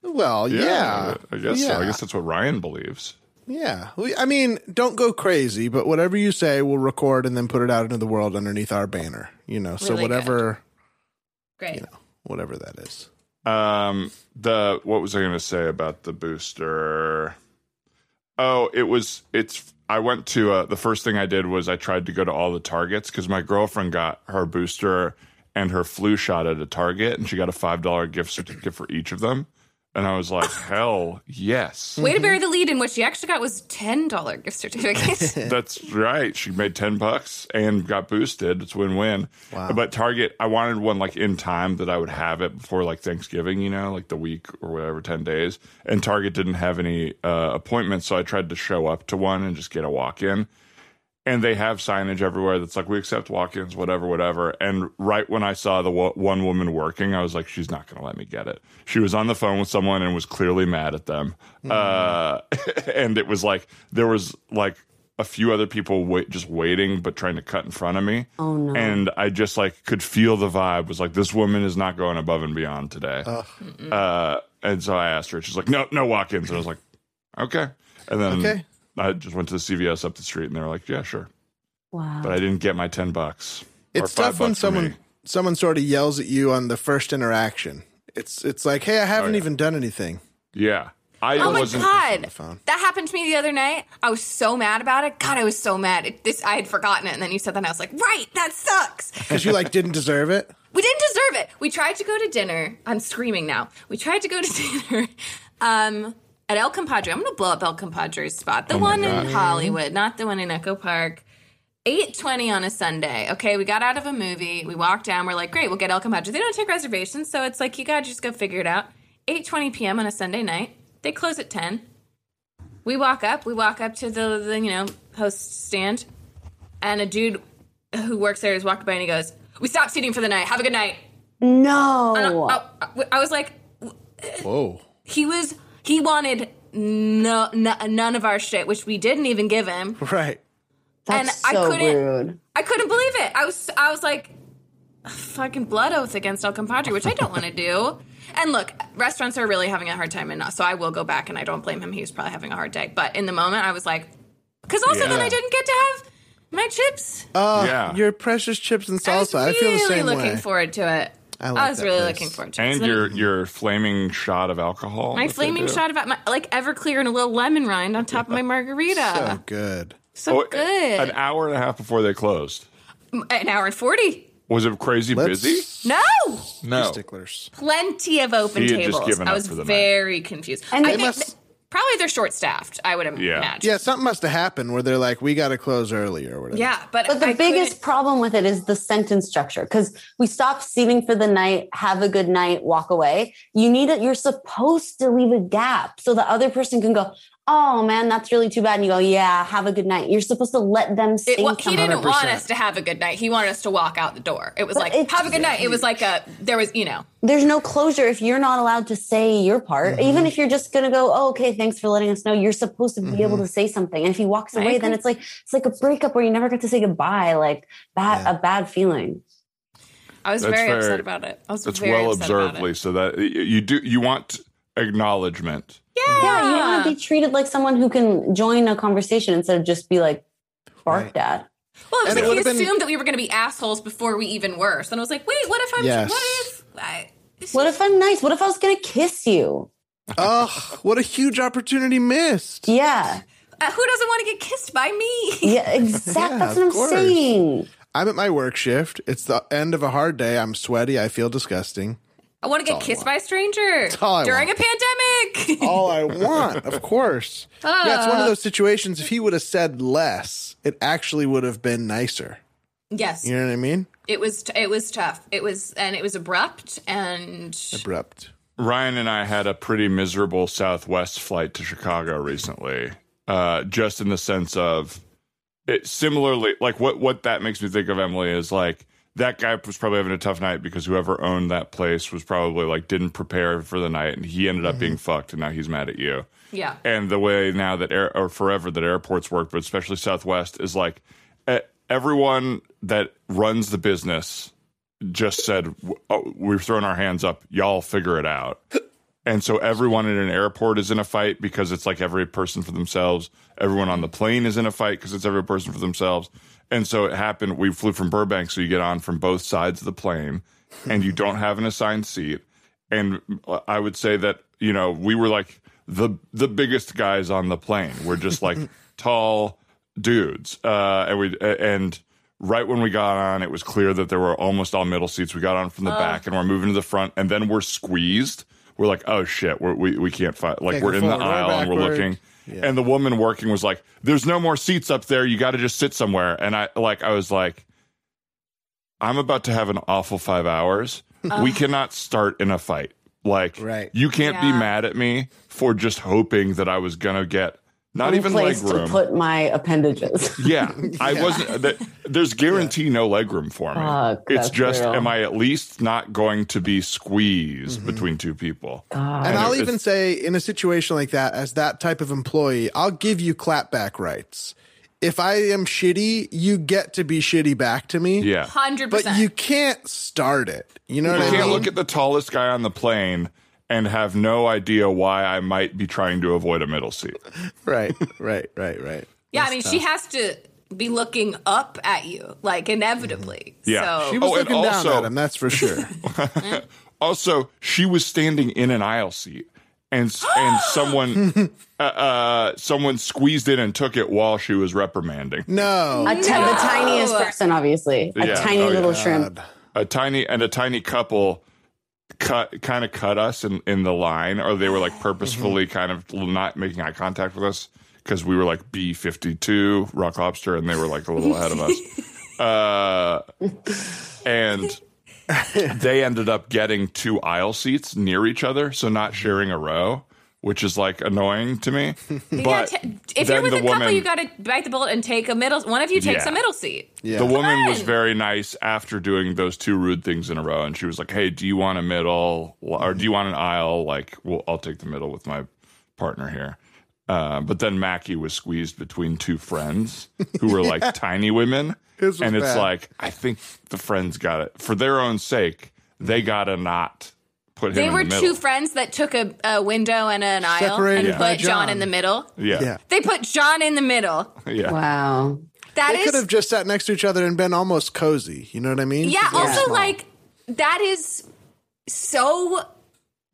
Well, yeah, Uh, I guess yeah, so. I guess that's what Ryan believes. yeah. We, I mean, don't go crazy, but whatever you say, we'll record and then put it out into the world underneath our banner. You know, so Really whatever, great whatever that is. Um, the what was I going to say about the booster? Oh, it was it's. I went to uh, the first thing I did was I tried to go to all the Targets because my girlfriend got her booster and her flu shot at a Target, and she got a five dollar gift certificate for each of them. And I was like, hell yes, Way to bury the lead in what she actually got was ten dollar *laughs* gift certificate. that's right. She made ten bucks and got boosted. It's win win. But Target, I wanted one like in time that I would have it before like Thanksgiving, you know, like the week or whatever, ten days. And Target didn't have any uh, appointments, so I tried to show up to one and just get a walk in. And they have signage everywhere that's like we accept walk-ins, whatever, whatever. And right when I saw the wo- one woman working, I was like, she's not going to let me get it. She was on the phone with someone and was clearly mad at them. Mm. Uh, *laughs* and it was like there was like a few other people wait, just waiting but trying to cut in front of me. Oh, no. And I just like could feel the vibe was like this woman is not going above and beyond today. Uh, and so I asked her. She's like, no, no walk-ins. And I was like, okay. And then Okay. I just went to the CVS up the street, and they were like, yeah, sure. Wow. But I didn't get my ten bucks. or It's five tough when bucks for someone me. someone sort of yells at you on the first interaction. It's it's like, hey, I Oh, haven't even done anything. Yeah, I oh my wasn't. god, phone. that happened to me the other night. I was so mad about it. God, I was so mad. It, this I had forgotten it, and then you said that, and I was like, right, that sucks. Because you like didn't deserve it. We didn't deserve it. We tried to go to dinner. I'm screaming now. We tried to *laughs* go to dinner um, at El Compadre. I'm going to blow up El Compadre's spot. The one in Hollywood, not the one in Echo Park. 8.20 on a Sunday. Okay, we got out of a movie. We walked down. We're like, great, we'll get El Compadre. They don't take reservations, so it's like, you got to just go figure it out. 8.20 p.m. on a Sunday night. They close at 10. We walk up. We walk up to the, the you know, host stand. And a dude who works there is walked by and he goes, "We stopped seating for the night. Have a good night." And I, no. I- I was like, *laughs* Whoa. he was he wanted no, no none of our shit, which we didn't even give him. Right. That's and I so couldn't- rude. I couldn't believe it. I was I was like, fucking blood oath against El Compadre, which I don't want to do. And look, restaurants are really having a hard time, and so I will go back, and I don't blame him. He was probably having a hard day, but in the moment, I was like, because also then I didn't get to have my chips. Oh, Yeah. your precious chips and I was salsa. I, really feel the same looking way. forward to it. I I, like was that really place. looking forward to it. And So then- your your flaming shot of alcohol. that My they flaming do. shot of my like Everclear and a little lemon rind *laughs* on top of my margarita. so good. So, Oh, good. An An, hour and a half before they closed. hour and forty. Was it crazy Let's busy? No, No. sticklers. plenty of open He had just tables. given I up was for the night. very confused. And I they think must- th- probably they're short staffed. I would imagine. Yeah. Yeah, something must have happened where they're like, we got to close early or whatever. Yeah, but, But the I biggest couldn't- problem with it is the sentence structure because we stop seating for the night, have a good night, walk away. You need it. You're supposed to leave a gap so the other person can go, "Oh man, that's really too bad." And you go, "Yeah, have a good night." You're supposed to let them say It, wa- he something. didn't want 100%. us to have a good night. He wanted us to walk out the door. It was But like it's have a good night. It was like a there was you know There's no closure if you're not allowed to say your part. Mm-hmm. Even if you're just gonna go, oh, "Okay, thanks for letting us know." You're supposed to be Mm-hmm. able to say something. And if he walks away, then agree. it's like it's like a breakup where you never get to say goodbye. Like bad, a bad feeling. I was That's very fair. obsessed upset about it. I was That's very well upset about observedly, so that y- you do you want acknowledgement. it. Yeah, you want to be treated like someone who can join a conversation instead of just be like barked at. Well, it And was it like he would've been- assumed that we were going to be assholes before we even were. So then I was like, wait, what if I'm? Yes. What if? I, What if I'm nice? What if I was gonna kiss you? Ugh, what a huge opportunity missed. Yeah, uh, who doesn't want to get kissed by *laughs* me? *laughs* yeah, Yeah, exactly. That's what I'm of course. saying. I'm at my work shift. It's the end of a hard day. I'm sweaty. I feel disgusting. I want to get kissed by a stranger all I during a *laughs* pandemic. All I want, of course. yeah, it's one Ah. of those situations. If he would have said less, it actually would have been nicer. *laughs* yes, You know what I mean? it was. T- it was tough. It was, and it was abrupt. And Abrupt. Ryan and I had a pretty miserable Southwest flight to Chicago recently, uh, just in the sense of it similarly, like what, what that makes me think of Emily is like that guy was probably having a tough night because whoever owned that place was probably like didn't prepare for the night and he ended up being fucked and now he's mad at you yeah, and the way now that air or forever that airports work, but especially Southwest is like e- everyone that runs the business just said "W- oh, we've thrown our hands up, y'all figure it out. And so everyone in an airport is in a fight because it's like every person for themselves. Everyone on the plane is in a fight because it's every person for themselves. And so it happened. We flew from Burbank, so you get on from both sides of the plane, and you don't have an assigned seat. And uh, I would say that you know we were like the the biggest guys on the plane. We're just like tall dudes, uh, and we and right when we got on, it was clear that there were almost all middle seats. We got on Oh. from the back and we're moving to the front, and then we're squeezed. We're like, oh shit, we're, we we can't fight. Like Take we're a in the forward or aisle and we're backward. looking, and the woman working was like, "There's no more seats up there. You got to just sit somewhere." And I like, I was like, "I'm about to have an awful five hours. Uh. we cannot start in a fight. Like, Right. you can't be Yeah. mad at me for just hoping that I was gonna get." Not even leg place room. to put my *laughs* appendages. Yeah, I wasn't. Th- there's guarantee no legroom for me. Fuck, it's that's just, brutal. am I at least not going to be squeezed between two people? And I'll it- even say, in a situation like that, as that type of employee, I'll give you clapback rights. If I am shitty, you get to be shitty back to me. Yeah, hundred But you percent. can't start it. You know you what I mean? can't look at the tallest guy on the plane and have no idea why I might be trying to avoid a middle seat. right, right, right, *laughs* right. Yeah, I mean, she has to be looking up at you, like inevitably. Yeah. so, She was Oh, and looking down also- at him, that's *laughs* for sure. Also, she was standing in an aisle seat, and s- and someone uh, uh, someone squeezed in and took it while she was reprimanding. No. A ti- The tiniest person, obviously. A Yeah. tiny Oh, little shrimp. a tiny and a tiny couple cut kind of cut us in, in the line or they were like purposefully kind of not making eye contact with us because we were like b52 rock lobster and they were like a little ahead of us uh, and they ended up getting two aisle seats near each other so not sharing a row which is like annoying to me but *laughs* Yeah, t- if then you're with the a couple, woman- you got to bite the bullet and take a middle. One of you takes Yeah. a middle seat. Yeah. The woman on. was very nice after doing those two rude things in a row, and she was like, "Hey, do you want a middle or do you want an aisle? Like, well, I'll take the middle with my partner here." Uh, but then Mackie was squeezed between two friends who were *laughs* like tiny women, His was and it's bad. like I think the friends got it for their own sake. They gotta not put him. They in were the two middle. friends that took a, a window and an aisle Separated and by put John. John. in the middle. Yeah, Yeah. They put John in the middle. yeah, Wow. That They is, could have just sat next to each other and been almost cozy. You know what I mean? yeah. 'Cause they're Also, small. like that is so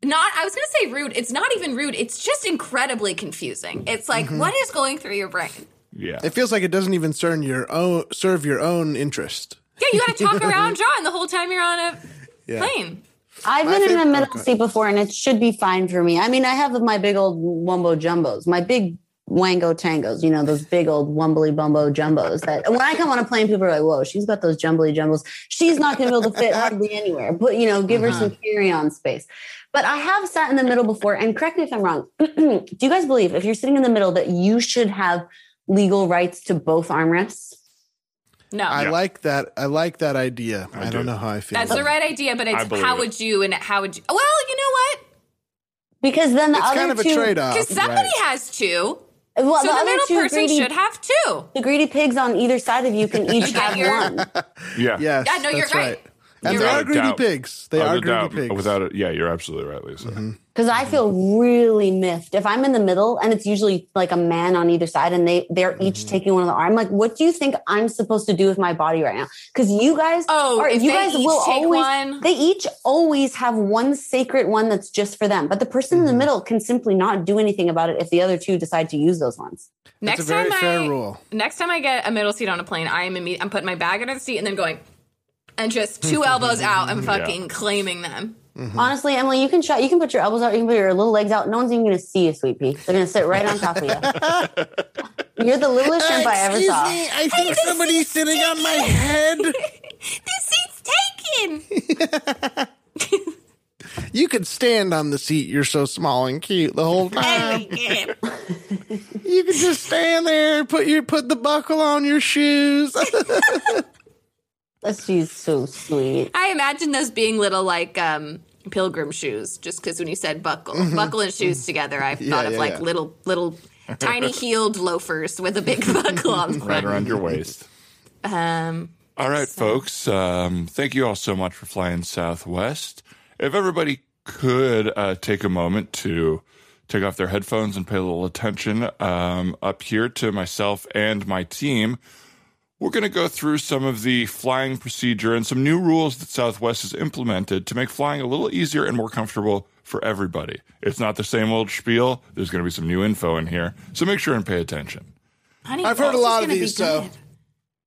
not. I was gonna say rude. It's not even rude. It's just incredibly confusing. It's like what is going through your brain? yeah. it feels like it doesn't even serve your own serve your own interest. Yeah, you got to talk around John the whole time you're on a plane. I've been in the favorite- middle seat before and it should be fine for me. I mean, I have my big old wumbo jumbos, my big wango tangos, you know, those big old wumbly bumbo jumbos that when I come on a plane, people are like, whoa, she's got those jumbly jumbos. She's not going to be able to fit hardly anywhere. But, you know, give her Uh-huh. some carry on space. But I have sat in the middle before. And correct me if I'm wrong. *clears throat* do you guys believe if you're sitting in the middle that you should have legal rights to both armrests? No, I Yeah. like that. I like that idea. I, do. don't know how I feel. that's about the right idea. But I it's believe how it. would you and how would you? Well, you know what? Because then the it. It's other kind of a two, trade off. Because somebody has two. Well, So the, the, other middle two person greedy- should have two. *laughs* the greedy pigs on either side of you can each You got have your- one. yeah, Yes, Yeah, no, you're that's right. And You're they are right. greedy Doubt. pigs. They Without Mm-hmm. are a greedy doubt, pigs. Without it, yeah, you're absolutely right, Lisa. Because I feel really miffed if I'm in the middle and it's usually like a man on either side and they they're each taking one of the arm. Like, what do you think I'm supposed to do with my body right now? Because you guys, Oh, are- if you they guys each will take always one? they each always have one sacred one that's just for them. But the person in the middle can simply not do anything about it if the other two decide to use those ones. That's Next a very time fair I rule. next time I get a middle seat on a plane, I am imme- I'm putting my bag under the seat and then going and *laughs* just two elbows out and fucking claiming them. Honestly, Emily, you can try. You can put your elbows out. You can put your little legs out. No one's even going to see you, sweet pea. They're going to sit right on top of you. *laughs* You're the littlest shrimp I ever saw. I think somebody's sitting on my head. This seat's taken. You could stand on the seat. You're so small and cute the whole time. *laughs* you could just stand there. Put your put the buckle on your shoes. *laughs* Oh, She's so sweet. I imagine those being little like um pilgrim shoes just cuz when you said buckle buckle and shoes together, I thought Mm-hmm. of yeah, like yeah. little *laughs* little tiny heeled loafers with a big buckle on them. Mm-hmm. Right around your waist. Um All right, folks. Um, thank you all so much for flying Southwest. If everybody could uh, take a moment to take off their headphones and pay a little attention um, up here to myself and my team, we're going to go through some of the flying procedure and some new rules that Southwest has implemented to make flying a little easier and more comfortable for everybody. It's not the same old spiel. There's going to be some new info in here. So make sure and pay attention. honey, I've heard a this is lot of gonna be these, so- good.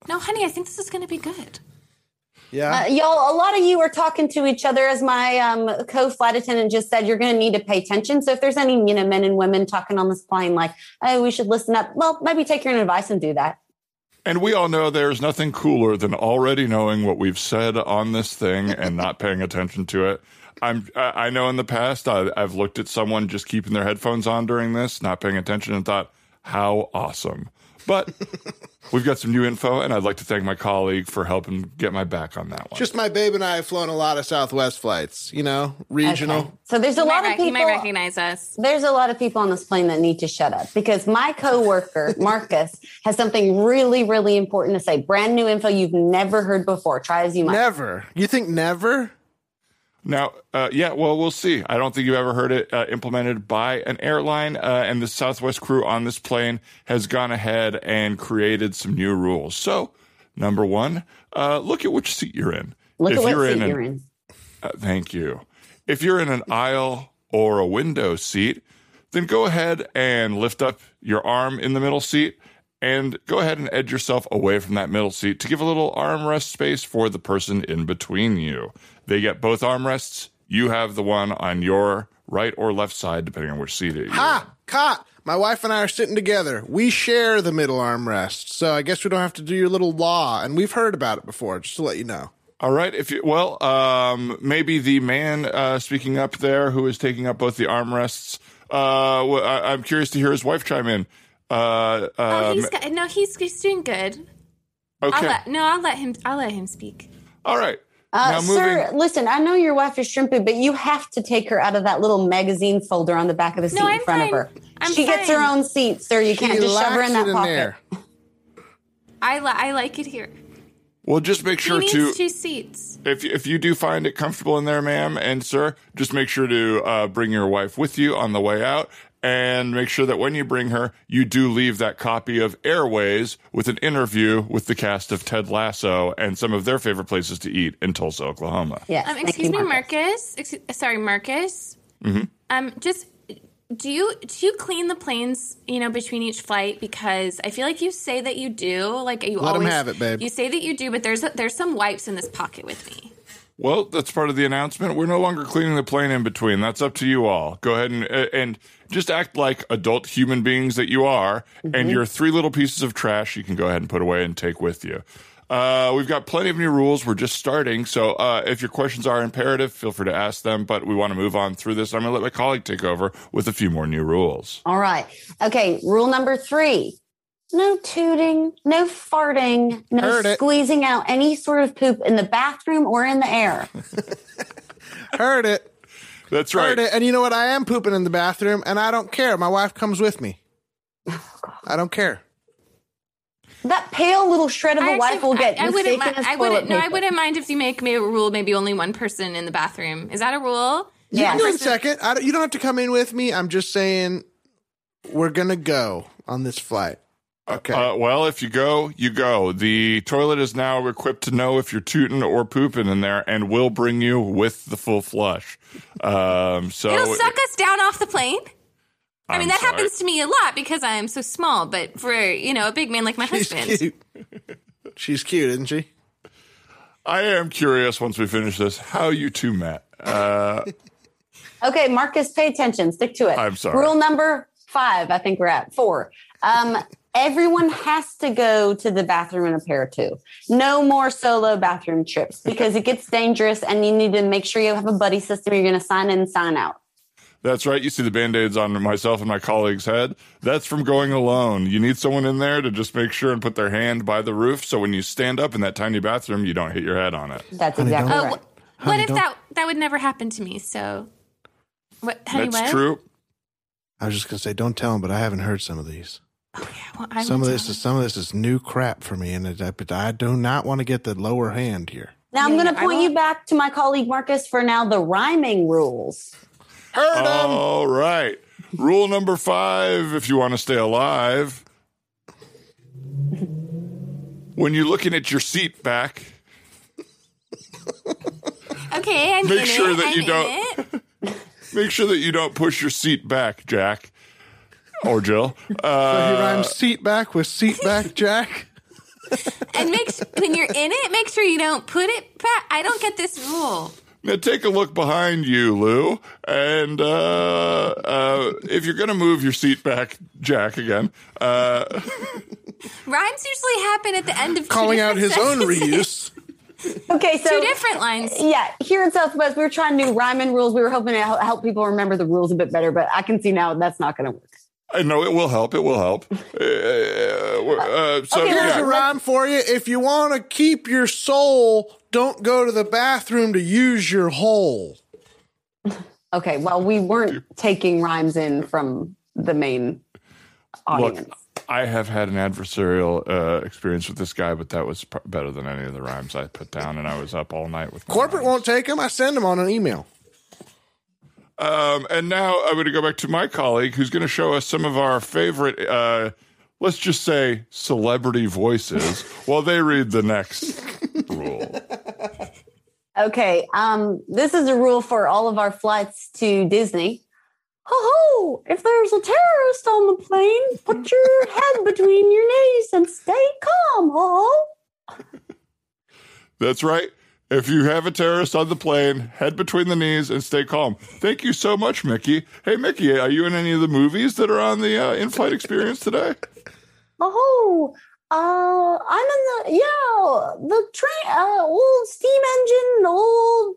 No, honey, I think this is going to be good. Uh, yeah. y'all, a lot of you are talking to each other, as my um, co-flight attendant just said. You're going to need to pay attention. So if there's any, you know, men and women talking on this plane, like, oh, we should listen up. Well, maybe take your own advice and do that. And we all know there's nothing cooler than already knowing what we've said on this thing and not paying attention to it. I'm, I I know in the past I, I've looked at someone just keeping their headphones on during this, not paying attention, and thought, how awesome. But we've got some new info, and I'd like to thank my colleague for helping get my back on that one. Just my babe and I have flown a lot of Southwest flights. You know, regional. Okay. So there's a You lot might of rec- people. you might recognize us. there's a lot of people on this plane that need to shut up because my coworker Marcus has something really, really important to say. Brand new info you've never heard before. Try as you might. Never. You think never? Now, uh, yeah, well, we'll see. I don't think you've ever heard it uh, implemented by an airline, uh, and the Southwest crew on this plane has gone ahead and created some new rules. So, number one, uh, look at which seat you're in. Look If at what you're seat in an- you're in. uh, thank you. If you're in an aisle or a window seat, then go ahead and lift up your arm in the middle seat and go ahead and edge yourself away from that middle seat to give a little armrest space for the person in between you. They get both armrests. You have the one on your right or left side, depending on which seat it is. Ah, caught. My wife and I are sitting together. We share the middle armrest, so I guess we don't have to do your little law. And we've heard about it before, just to let you know. All right. If you, well, um, maybe the man uh, speaking up there who is taking up both the armrests. Uh, wh- I, am curious to hear his wife chime in. Uh, Oh, um, he's got, no, he's, he's doing good. I'll okay. let, no, I'll let him. I'll let him speak. All right. Uh, now moving. sir, listen, I know your wife is shrimping, but you have to take her out of that little magazine folder on the back of the seat No, in I'm front of fine. her. I'm she gets her fine. own seat, sir. You can't just shove her in likes that it pocket. I li- I like it here. well, just make He sure needs to two seats. if you- if you do find it comfortable in there, ma'am and sir, just make sure to uh, bring your wife with you on the way out, and make sure that when you bring her, you do leave that copy of Airways with an interview with the cast of Ted Lasso and some of their favorite places to eat in Tulsa, Oklahoma. Yes. Um, thank excuse you, me, Marcus. Marcus. Excu- sorry, Marcus. Mm-hmm. Um, just do you do you clean the planes? You know, between each flight because I feel like you say that you do. Like you Let him always have it, babe. You say that you do, but there's a, there's some wipes in this pocket with me. Well, that's part of the announcement. We're no longer cleaning the plane in between. That's up to you all. Go ahead and uh, and just act like adult human beings that you are, and your three little pieces of trash you can go ahead and put away and take with you. Uh, we've got plenty of new rules. We're just starting, so uh, if your questions are imperative, feel free to ask them. But we want to move on through this. I'm going to let my colleague take over with a few more new rules. All right. Okay. Rule number three no tooting, no farting, no Heard it. squeezing out any sort of poop in the bathroom or in the air. Heard it. That's *laughs* right. Heard it. And you know what? I am pooping in the Oh, bathroom, and I don't care. My wife comes with me. I don't care. that pale little shred of a I wife actually- will get I, I wouldn't. mistaken mi- as I toilet wouldn't. No, I paper. wouldn't mind if you make me a rule. Maybe only one person in the bathroom. Is that a rule? You Yeah. can do it in a second. I don't, you don't have to come in with me. I'm just saying we're going to go on this flight. Okay. Uh, well, if you go, you go. The toilet is now equipped to know if you're tooting or pooping in there, and will bring you with the full flush. *laughs* Um, so It'll suck us down off the plane. I mean, I'm that sorry. happens to me a lot because I am so small. But for you know a big man like my She's husband, cute. She's cute, isn't she? I am curious once we finish this how you two met. Uh, Okay, Marcus, pay attention. Stick to it. I'm sorry. Rule number five, I think we're at four. Um, everyone has to go to the bathroom in a pair or two. No more solo bathroom trips because it gets dangerous and you need to make sure you have a buddy system. You're going to sign in and sign out. that's right. You see the band aids on myself and my colleague's head. That's from going alone. You need someone in there to just make sure and put their hand by the roof so when you stand up in that tiny bathroom, you don't hit your head on it. That's Honey, exactly Oh, don't- right. wh- Honey, what if don't- that that would never happen to me? So, what? Honey, That's what? true. I was just going to say, don't tell him, but I haven't heard some of these. Oh, yeah, well, I some will of tell this is him. some of this is new crap for me, and I, but I do not want to get the lower hand here. Now I'm Yeah, going yeah, to I point you won't- back to my colleague Marcus for now the rhyming rules. Heard All right. Rule number five, if you want to stay alive, when you're looking at your seat back, okay. I'm Make in sure it. that I'm you in don't- it. make sure that you don't push your seat back, Jack or Jill. So Uh, he rhymes seat back with seat back, *laughs* Jack. And make s- when you're in it, make sure you don't put it back. I don't get this rule. now take a look behind you, Lou, and uh, uh, if you're going to move your seat back, Jack again. Uh, *laughs* Rhymes usually happen at the end of two Calling out his different own reuse. sentences. Okay, so Two different lines. yeah, here in Southwest, we were trying new rhyming rules. We were hoping to hel- help people remember the rules a bit better, but I can see now that's not going to work. I know it will help. It will help. Uh, uh, so, Okay, Here's yeah. a rhyme for you. If you want to keep your soul, don't go to the bathroom to use your hole. Okay, well, we weren't taking rhymes in from the main audience. I have had an adversarial uh, experience with this guy, but that was p- better than any of the rhymes I put down, and I was up all night with my Corporate rhymes. won't take him. I send him on an email. Um, and now I'm going to go back to my colleague, who's going to show us some of our favorite, uh, let's just say, celebrity voices, while they read the next rule. Okay, um, this is a rule for all of our flights to Disney. Ho ho! If there's a terrorist on the plane, put your head between your knees and stay calm, ho ho! That's right. If you have a terrorist on the plane, head between the knees and stay calm. Thank you so much, Mickey. Hey, Mickey, are you in any of the movies that are on the uh, in-flight experience today? Oh, uh, I'm in the yeah the train uh, old steam engine old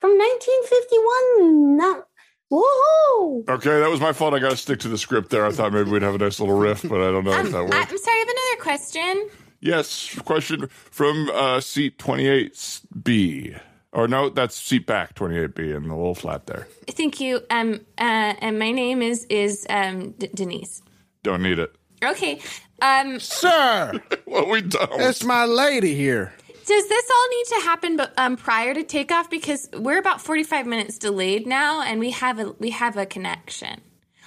from 1951. Not whoa. Okay, that was my fault. I got to stick to the script there. I thought maybe we'd have a nice little riff, but I don't know if that Um, I, worked. I'm sorry. I have another question. Yes, question from uh, seat 28B. Or no, that's seat back 28B in the little flat there. Thank you. Um. Uh. And my name is is um D- Denise. Don't need it. *laughs* Okay. Um. Sir, Well, we don't. it's my lady here. Does this all need to happen bu- um, prior to takeoff? Because we're about forty-five minutes delayed now, and we have a we have a connection.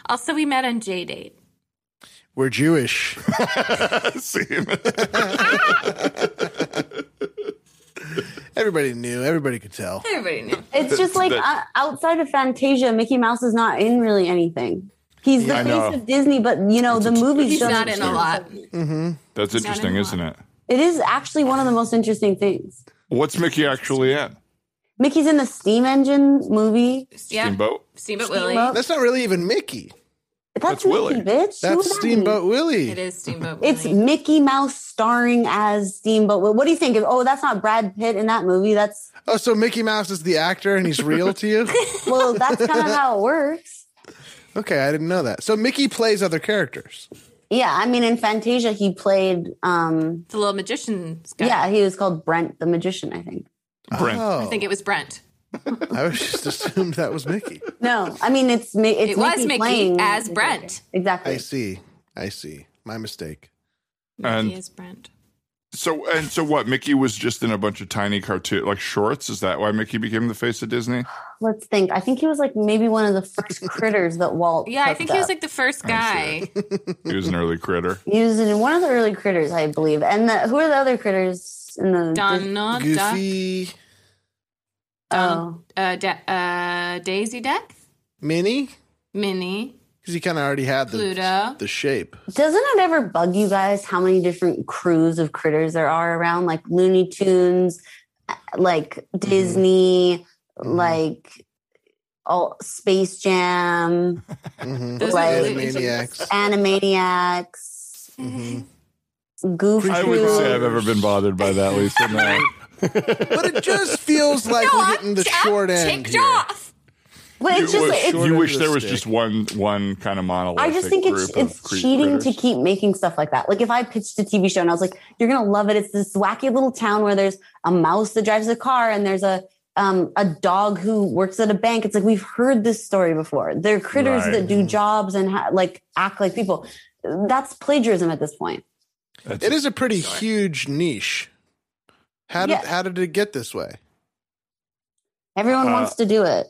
Also, we met on J date. We're Jewish. *laughs* See? Everybody knew. Everybody could tell. Everybody knew. It's just like uh, outside of Fantasia, Mickey Mouse is not in really anything. He's the I know. face of Disney, but you know the movies. He's don't- not in a lot. That's interesting, in isn't it? It is actually one of the most interesting things. What's Mickey actually in? Mickey's in the steam engine movie. Yeah. Steamboat? Steamboat, Steamboat. Willie. That's not really even Mickey. That's, That's Willie. Mickey, bitch. Who would That's that be? Steamboat Willie. It is Steamboat It's Willie. Mickey Mouse starring as Steamboat. What do you think? Oh, that's not Brad Pitt in that movie. That's Oh, so Mickey Mouse is the actor and he's real to you? *laughs* well, that's kind of how it works. Okay, I didn't know that. So Mickey plays other characters. Yeah, I mean, in Fantasia, he played. um the little magician guy. Yeah, he was called Brent the Magician, I think. Brent. Oh, I think it was Brent. I was *laughs* just assumed that was Mickey. No, I mean it's Mi- it's It was Mickey playing as Brent. Exactly. I see. I see. My mistake. Mickey And- is Brent. So and so, what? Mickey was just in a bunch of tiny cartoon, like shorts. Is that why Mickey became the face of Disney? Let's think. I think he was like maybe one of the first critters that Walt. Yeah, I hooked think he was up. like the first guy. *laughs* He was an early critter. He was in one of the early critters, I believe. And the, who are the other critters in the Donald Duck, Goofy, Oh, uh, da- uh, Daisy Duck, Minnie, Minnie, because he kind of already had the Pluto. the shape. doesn't it ever bug you guys how many different crews of critters there are around? Like Looney Tunes, like Disney, like all Space Jam, Mm-hmm. Those Like- are the Looney Tunes. Animaniacs. Animaniacs, Goofy. I would say I've ever been bothered by that, Lisa. No. but it just feels like *laughs* No, we're I'm- getting the I'm short end. ticked here. off. Well, it's You just wish- it's, you end wish of the there was stick. just one one kind of monologue. I just think it's it's cheating to keep making stuff like that. Like if I pitched a TV show and I was like, "You're gonna love it. It's this wacky little town where there's a mouse that drives a car and there's a um, a dog who works at a bank." It's like we've heard this story before. They're critters Right. that do jobs and ha- like act like people. That's plagiarism at this point. It is a pretty huge niche. How did Yeah. how did it get this way? Everyone Uh, wants to do it.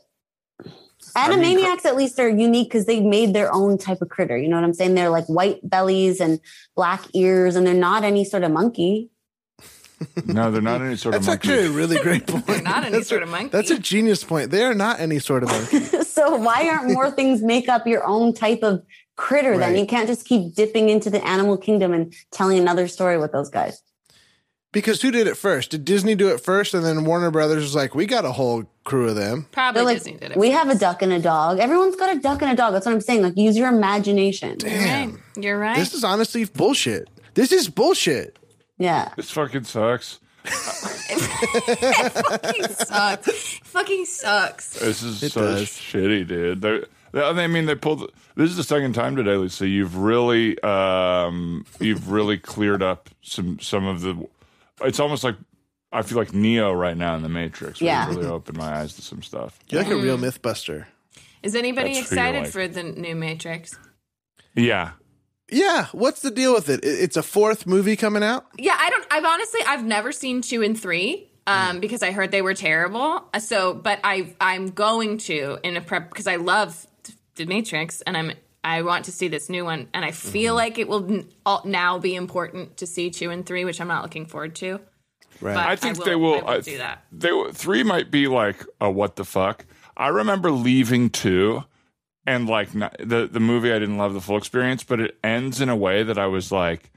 I mean, Animaniacs, at least, are unique because they made their own type of critter. You know what I'm saying? They're like white bellies and black ears, and they're not any sort of monkey. *laughs* no, they're not any sort of That's monkey. actually a really great point. *laughs* not any That's sort a- of monkey. That's a genius point. They are not any sort of monkey. so why *laughs* aren't more things make up your own type of critter then Right. you can't just keep dipping into the animal kingdom and telling another story with those guys Because who did it first? Did Disney do it first, and then Warner Brothers was like, "We got a whole crew of them." Probably they're like Disney did it. we have a duck and a dog everyone's got a duck and a dog that's what i'm saying like use your imagination You're right. You're right. This is honestly bullshit. This is bullshit. yeah This fucking sucks. fucking sucks. fucking sucks. This is It so does. shitty, dude. They're, they, I mean, they pulled. This is the second time today, Lisa. You've really, um, you've really cleared up some some of the. It's almost like I feel like Neo right now in the Matrix. where Yeah. you've really opened my eyes to some stuff. You're like a real Mm. MythBuster. Is anybody That's who you excited like. for the new Matrix? Yeah, Yeah, what's the deal with it? I- It's a fourth movie coming out. Yeah, I don't. I've honestly, I've never seen two and three um, because I heard they were terrible. Uh, So, but I, I'm going to in a prep because I love the Matrix and I'm. I want to see this new one, and I feel like it will n- all, now be important to see two and three, which I'm not looking forward to. Right. But I think will, they will. I will uh, I- do that. They will- three might be like a what the fuck. I remember leaving two, and like not, the the movie, I didn't love the full experience, but it ends in a way that I was like,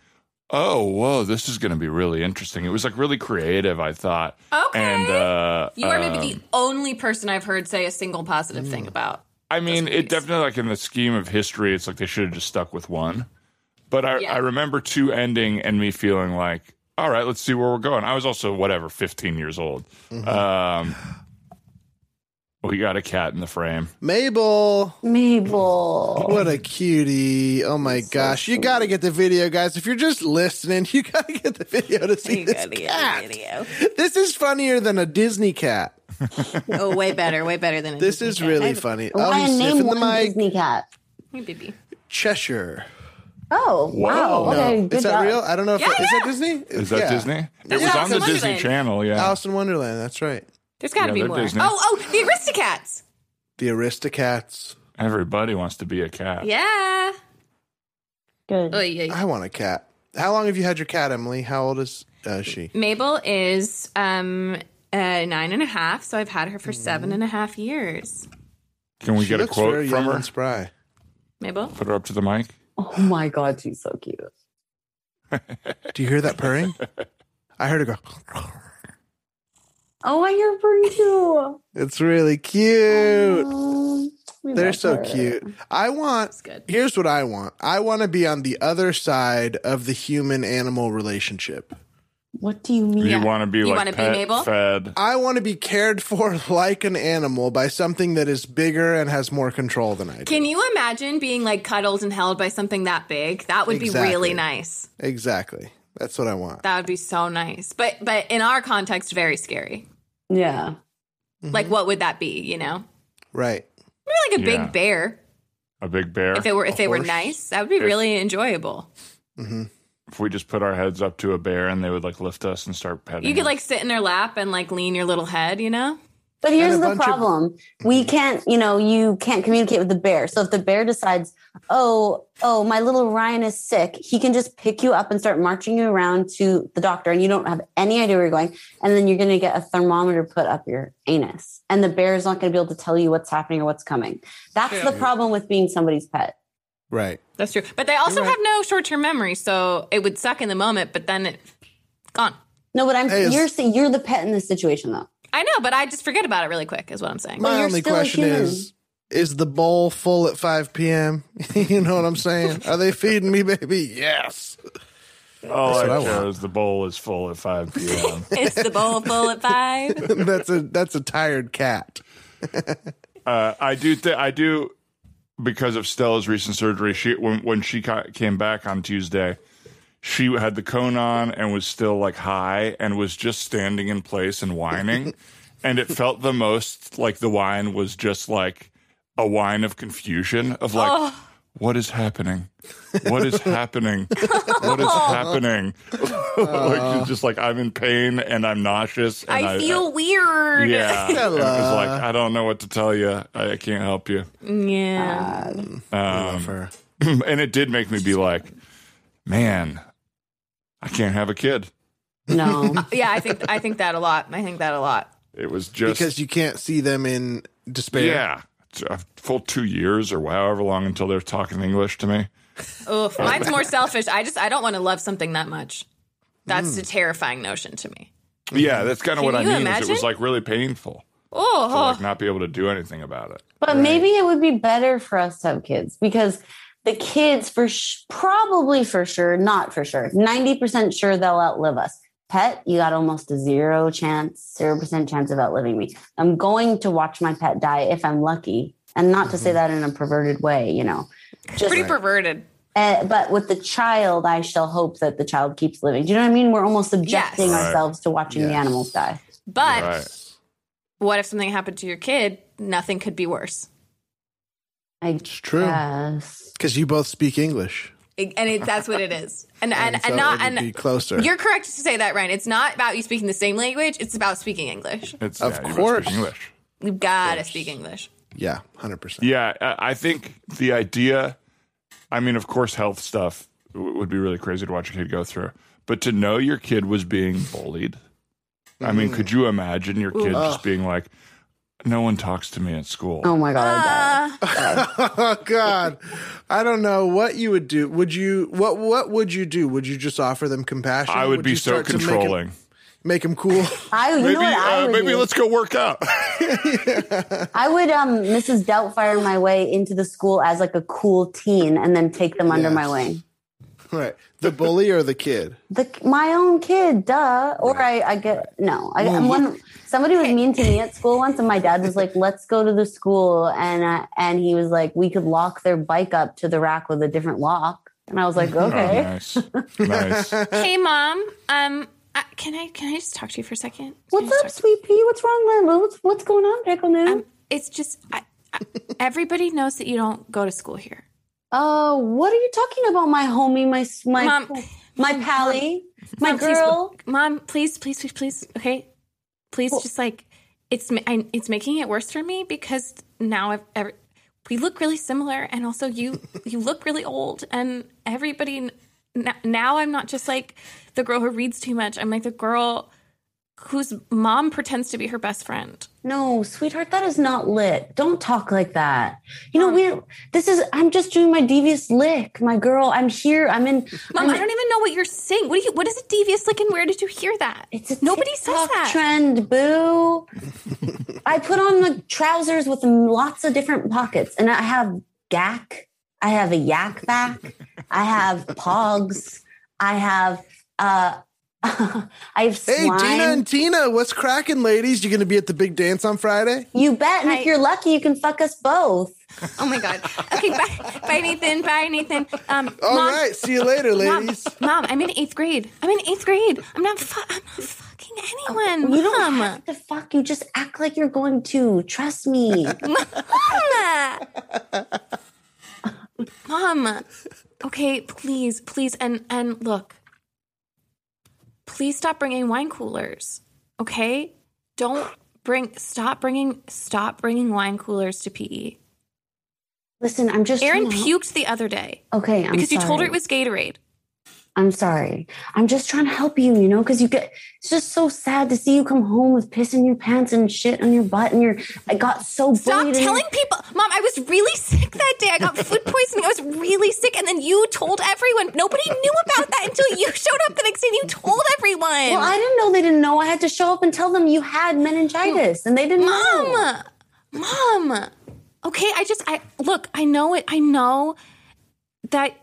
oh whoa, this is going to be really interesting. It was like really creative. I thought. Okay. And uh, You are maybe the only person I've heard say a single positive thing about. I mean, it definitely like in the scheme of history, it's like they should have just stuck with one. But I, Yeah. I remember two ending and me feeling like, all right, let's see where we're going. I was also whatever, fifteen years old. Mm-hmm. Um, we got a cat in the frame. Mabel, mabel what a cutie! Oh my gosh, you got to get the video, guys. If you're just listening, *laughs* you got to get the video to see this cat. This is funnier than a Disney cat. Oh, way better, way better than a This Disney is cat. I really have- funny. Oh, Ryan, he's name sniffing the one mic. disney cat Hey, baby. Cheshire. oh wow Whoa. okay No. good is that job real? I don't know if Yeah, is that yeah. Disney. Is that Yeah. Disney? It was Alice on the in Disney Wonderland. Channel. Yeah, Alice in Wonderland. That's right. There's got to Yeah, be they're more. Disney. Oh, oh, the Aristocats. The Aristocats. everybody wants to be a cat. Yeah. good Oh, yeah. I want a cat. How long have you had your cat, Emily? How old is uh, she? Mabel is um uh, nine and a half, so I've had her for seven and a half years. Can we She get a looks quote very from young her? and spry. Mabel? Put her up to the mic. oh my god she's so cute Do you hear that purring? I heard it go. *laughs* oh i hear pretty too It's really cute. Um, we They're love so her. cute. I want. good. Here's what I want. I want to be on the other side of the human animal relationship. what do you mean You want to be You like wanna be pet Mabel? fed? I want to be cared for *laughs* like an animal by something that is bigger and has more control than I do. Can you imagine being like cuddled and held by something that big? That would be Exactly. really nice. exactly. That's what I want. That would be so nice. But but in our context, very scary. yeah Mm-hmm. Like what would that be, you know? Right. Maybe like a Yeah. big bear. A big bear? If they were if they were horse. Mm-hmm. nice, that would be really enjoyable. if we just put our heads up to a bear and they would like lift us and start petting. You could us. like sit in their lap and like lean your little head, you know? But here's the bunch of- Mm-hmm. problem. we can't, you know, you can't communicate with the bear. So if the bear decides, oh, oh, my little Ryan is sick, he can just pick you up and start marching you around to the doctor, and you don't have any idea where you're going. And then you're going to get a thermometer put up your anus, and the bear is not going to be able to tell you what's happening or what's coming. That's the problem with being somebody's pet. Right. That's true. But they also have no short term memory, so it would suck in the moment, but then it gone. No, but I'm Hey, is- you're saying you're the pet in this situation though. I know, but I just forget about it really quick, is what I'm saying. But My you're only still a question human. is is the bowl full at 5 p.m.? *laughs* you know what I'm saying? Are they feeding me, baby? Yes. *laughs* all That's I, what I want. chose. Oh, The bowl is full at five p.m. *laughs* it's the bowl full at five. that's a that's a tired cat. *laughs* uh, I do. Th- I do because of Stella's recent surgery. She when when she ca- came back on Tuesday, she had the cone on and was still like high and was just standing in place and *laughs* whining, and it felt the most like the whine was just like a whine of confusion of like. Oh. What is happening? What is happening? What *laughs* is happening? *laughs* like, she's just like I'm in pain and I'm nauseous. And *laughs* I feel *laughs* weird. yeah. It was like, I don't know what to tell you. I, I can't help you. Yeah. Um, For- *clears throat* and it did make me be like, man, I can't have a kid. *laughs* No, yeah, I think I think that a lot. I think that a lot. It was just, because you can't see them in despair. yeah, It's a full two years or however long until they're talking English to me. Oof. Mine's more selfish. I just I don't want to love something that much. That's a terrifying notion to me. Mm-hmm. Yeah, that's kind of what I you mean. Is it imagine? was like really painful to Oh, like not be able to do anything about it. But maybe it would be better for us to have kids because the kids, for sh- probably for sure, not for sure, 90% sure they'll outlive us. Pet, you got almost a zero chance, 0% chance of outliving me. I'm going to watch my pet die if I'm lucky. And not to Mm-hmm. say that in a perverted way, you know. Just, pretty perverted. uh, but with the child, I shall hope that the child keeps living. Do you know what I mean? We're almost subjecting Yes. Right. ourselves to watching the Yes. animals die. But Right. what if something happened to your kid? Nothing could be worse. I true. guess. Because you both speak English. It- and it, that's what it is. And and, and, so not it would be and closer. you're correct to say that, Ryan. It's not about you speaking the same language. It's about speaking English. It's, Of yeah, you must course. speak English. You've got to speak English. yeah, 100%. Yeah, I I think the idea. I mean, of course, health stuff w- would be really crazy to watch a kid go through, but to know your kid was being bullied. I mean, could you imagine your kid just being like, "No one talks to me at school." Oh my God. I Ah. died. oh god i don't know what you would do would you what what would you do would you just offer them compassion I would, be you so start to make 'em- controlling. make them cool I, you know Maybe, what I uh, would maybe do? let's go work *laughs* out. I would um Mrs. Doubtfire my way into the school as like a cool teen and then take them under my Yes. wing. right the bully or the kid The, my own kid, duh. Or I, I get no. I, I'm one. Somebody was mean to me at school once, and my dad was like, "Let's go to the school," and uh, and he was like, "We could lock their bike up to the rack with a different lock." And I was like, Oh, "Okay." nice, nice. Uh, *laughs* hey, mom. Um, I, can I can I just talk to you for a second? Can I What's just up, talk to sweet pea? What's wrong, Lulu? What's, what's going on, pickle you? noon? Um, it's just I, I, everybody knows that you don't go to school here. Oh, what are you talking about, my homie, my s- my Mom. my pally, my Mom, please, uh, girl? mom, please, please, please, please. Okay, please, just like it's ma- I, it's making it worse for me because now I've ever. We look really similar, and also you *laughs* you look really old, and everybody n- n- now I'm not just like the girl who reads too much. I'm like the girl whose mom pretends to be her best friend. No, sweetheart, that is not lit. Don't talk like that. You know, we're this is I'm just doing my devious lick, my girl. I'm here. I'm in Mom, I'm- I don't even know what you're saying. What do you? What is a devious like, and where did you hear *laughs* that? it's a nobody TikTok says that. trend, *laughs* boo. I put on the trousers with lots of different pockets and I have gack. I have a yak back. I have pogs. I have uh *laughs* I have hey slime. dina and tina what's cracking ladies you gonna be at the big dance on friday you bet, and I- if you're lucky, you can fuck us both. Oh my god. Okay, bye, bye, Nathan. Bye, Nathan. Um, All right, mom, see you later Mom, ladies *laughs* mom, I'm in eighth grade. I'm in eighth grade. I'm not. Fu- I'm not fucking anyone. You don't mom. *laughs* have to fuck. You just act like you're going to. Trust *laughs* me. mom. Mom. Okay, please, please, and and look, please stop bringing wine coolers. Okay? Don't bring stop bringing stop bringing wine coolers to PE. Listen, I'm just Erin trying to- puked the other day Okay, I'm because you told her sorry. it was Gatorade. I'm sorry. I'm just trying to help you, you know, because you get it's just so sad to see you come home with piss in your pants and shit on your butt and your I got so Stop bullied and- telling people, Mom. I was really sick that day. I got food poisoning. I was really sick, and then you told everyone. Nobody knew about that until you *laughs* showed up the next day. and You told everyone. Well, I didn't know they didn't know. I had to show up and tell them you had meningitis and they didn't know. Mom, mom. Okay, I just I look. I know it. I know that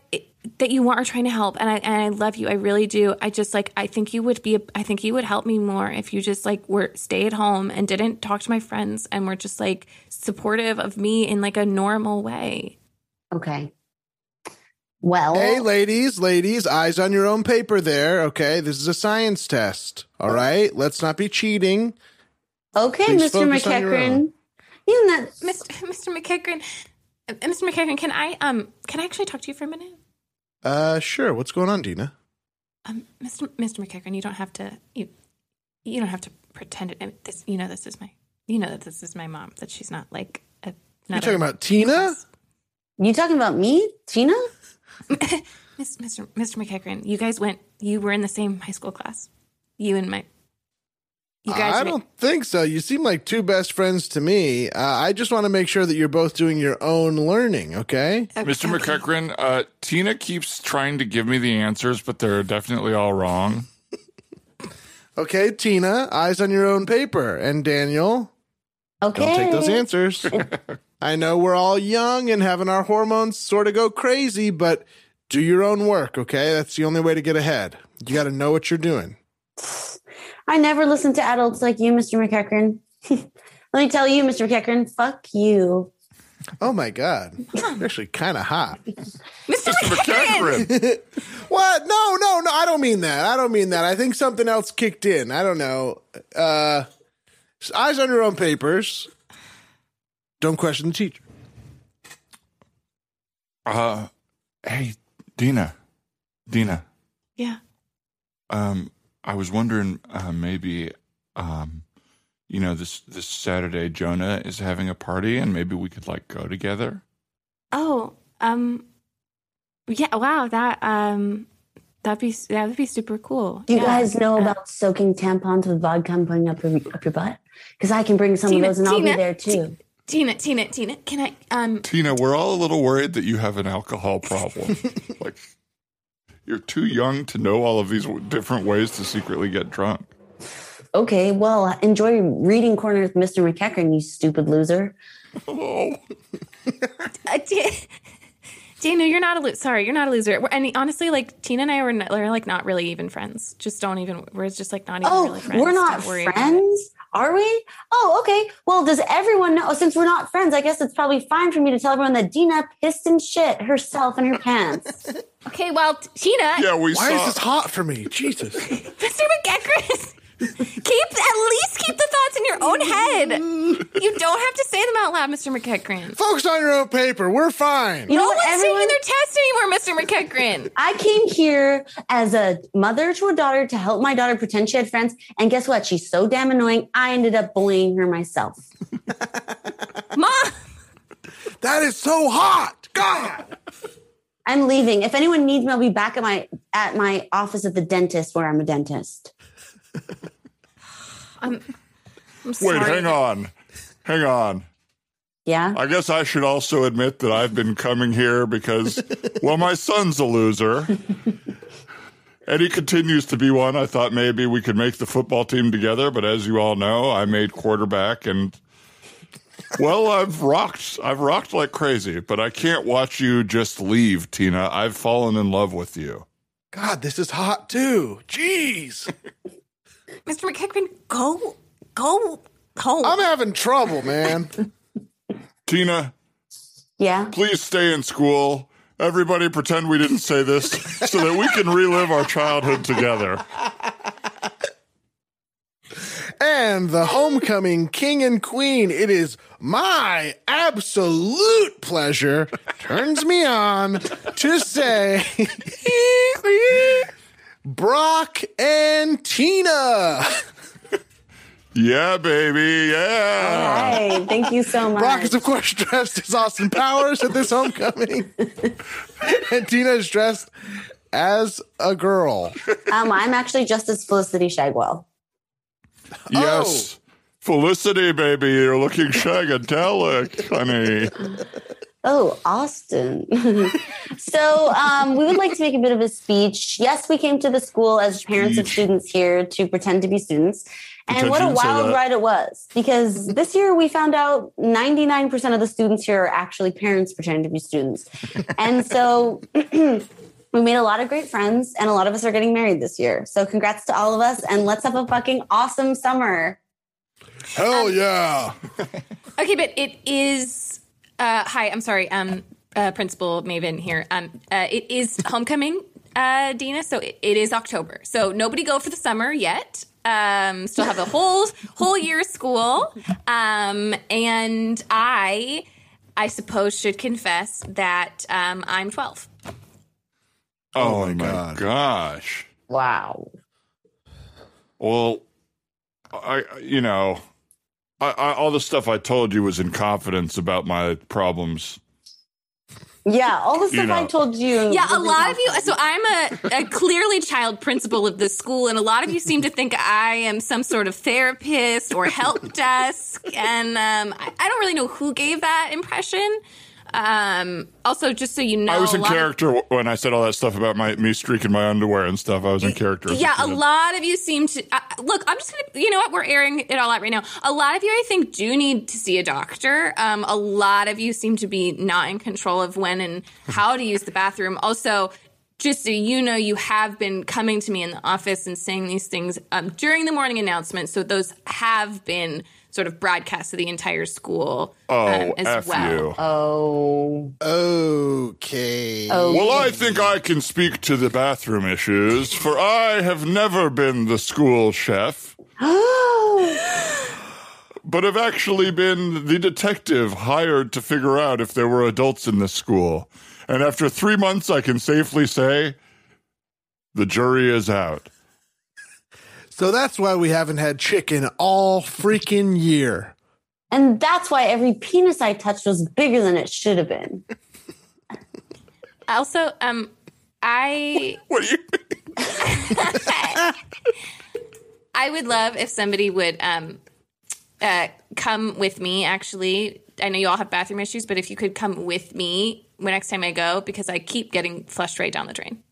that you are trying to help, and I and I love you. I really do. I just like I think you would be. I think you would help me more if you just like were stay at home and didn't talk to my friends and were just like supportive of me in like a normal way. Okay. Well, Hey, ladies, ladies, eyes on your own paper there. Okay, this is a science test. All right, let's not be cheating. okay, please Mr. focus on your McEachran. own. Isn't that *laughs* Mr. Mr. McKickren, uh, Mr. McKickren, can I um can I actually talk to you for a minute? Uh, sure. What's going on, Dina? Um, Mr. Mr. McKickren, you don't have to you you don't have to pretend it. I mean, This you know this is my you know that this is my mom that she's not like a. You're talking about Tina? you talking about me, Tina? Mr. Mr. McKickren, you guys went. You were in the same high school class. You and my. You guys. I ma- don't think so. You seem like two best friends to me. Uh, I just want to make sure that you're both doing your own learning. Okay. okay, Mr. okay. McCracken, uh, Tina keeps trying to give me the answers, but they're definitely all wrong. Okay, Tina, eyes on your own paper. And Daniel, Okay. don't take those answers. I know we're all young and having our hormones sort of go crazy, but do your own work, okay? That's the only way to get ahead. You got to know what you're doing. I never listen to adults like you, Mr. McEachran. *laughs* Let me tell you, Mr. McEachran, fuck you. Oh my God. You're actually kind of hot. Mr. *laughs* McKickren. McCracken, What? No, no, no. I don't mean that. I don't mean that. I think something else kicked in. I don't know. Uh, eyes on your own papers. Don't question the teacher. uh, hey, Dina, Dina, Yeah. um, I was wondering uh, maybe, um, you know, this this Saturday Jonah is having a party, and maybe we could like go together. Oh, um, yeah. Wow, that um, that'd be that would be super cool. Do you Yeah. guys know Uh, about soaking tampons with vodka and putting up your up your butt? Because I can bring some Tina, of those and I'll Tina, be there too. Tina? Tina? Tina? Can I? Um, Tina, we're all a little worried that you have an alcohol *laughs* problem. like, you're too young to know all of these w- different ways to secretly get drunk. Okay, well, enjoy reading corner with Mr. McEachran, you stupid loser. Oh. uh, *laughs* Da- Dana, you're not a loser. Sorry, you're not a loser. We're, and honestly, like Tina and I were, not, we're like not really even friends. Just don't even. We're just like not even Oh, really friends. we're not Don't worry about it. friends, are we? Oh, okay. Well, does everyone know? Since we're not friends, I guess it's probably fine for me to tell everyone that Dina pissed and shit herself in *laughs* her pants. Okay, well, t- Tina, Yeah, we Why saw. is this hot for me? Jesus. Mr. McEachran, *laughs* keep at least keep the thoughts in your own head. You don't have to say them out loud, Mr. McEachran. Focus on your own paper. We're fine. You No know what, one's everyone? taking their test anymore, Mr. McEachran. I came here as a mother to a daughter to help my daughter pretend she had friends. And guess what? She's so damn annoying. I ended up bullying her myself. *laughs* Mom. That is so hot. God. I'm leaving. If anyone needs me, I'll be back at my at my office at the dentist where I'm a dentist. I'm Wait, sorry. hang on. Hang on. Yeah. I guess I should also admit that I've been coming here because, well, my son's a loser. And he continues to be one. I thought maybe we could make the football team together, but as you all know, I made quarterback and well, I've rocked. I've rocked like crazy, but I can't watch you just leave, Tina. I've fallen in love with you. God, this is hot too. Jeez. Mr. McEachran, go, go home. I'm having trouble, man. Tina, Yeah. please stay in school. Everybody pretend we didn't say this so that we can relive our childhood together. And the homecoming king and queen. It is my absolute pleasure, turns me on to say *laughs* Brock and Tina. Yeah, baby. Yeah. Hey, thank you so *laughs* much. Brock is, of course, dressed as Austin Powers at this homecoming. and Tina is dressed as a girl. um, I'm actually just as Felicity Shagwell. Yes. Oh. Felicity, baby. You're looking shagadelic, honey. Oh, Austin. *laughs* so um, we would like to make a bit of a speech. Yes, we came to the school as parents of Speech. students here to pretend to be students. And Pretend what you a didn't say wild that. ride it was because this year we found out 99% of the students here are actually parents pretending to be *laughs* students. and so *clears throat* we made a lot of great friends, and a lot of us are getting married this year. So congrats to all of us, and let's have a fucking awesome summer. Hell yeah. Okay, but it is. Uh, hi, I'm sorry, um, uh, Principal Maven here. Um, uh, it is homecoming, uh, Dina. So it, it is October. So nobody go for the summer yet. Um, still have a whole whole year of school. Um, and I, I suppose, should confess that um, I'm 12. Oh, my my God. gosh. Wow. Well, I, I- you know, I, I, all the stuff I told you was in confidence about my problems. Yeah, all the stuff I know. told you. *gasps* Yeah, was a lot exhausting. of you. So I'm a, a clearly child principal of this school, and a lot of you seem to think I am some sort of therapist or help desk, and um, I, I don't really know who gave that impression. Um, also, just so you know, I was a in lot of- character when I said all that stuff about my me streaking my underwear and stuff. I was in character. as yeah, a kid. lot of you seem to uh, look. I'm just gonna, you know what? We're airing it all out right now. A lot of you, I think, do need to see a doctor. Um, a lot of you seem to be not in control of when and how to use the bathroom. Also, just so you know, you have been coming to me in the office and saying these things um, during the morning announcement. So those have been sort of broadcast to the entire school Oh, um, as F well. you. Oh. Okay. *gasps* Well, I think I can speak to the bathroom issues, for I have never been the school chef, uh, but have actually been the detective hired to figure out if there were adults in this school. And after three months, I can safely say the jury is out. So that's why we haven't had chicken all freaking year. and that's why every penis I touched was bigger than it should have been. Also, um, I. What do you I would love if somebody would um, uh, come with me. Actually, I know you all have bathroom issues, but if you could come with me when next time I go, because I keep getting flushed right down the drain.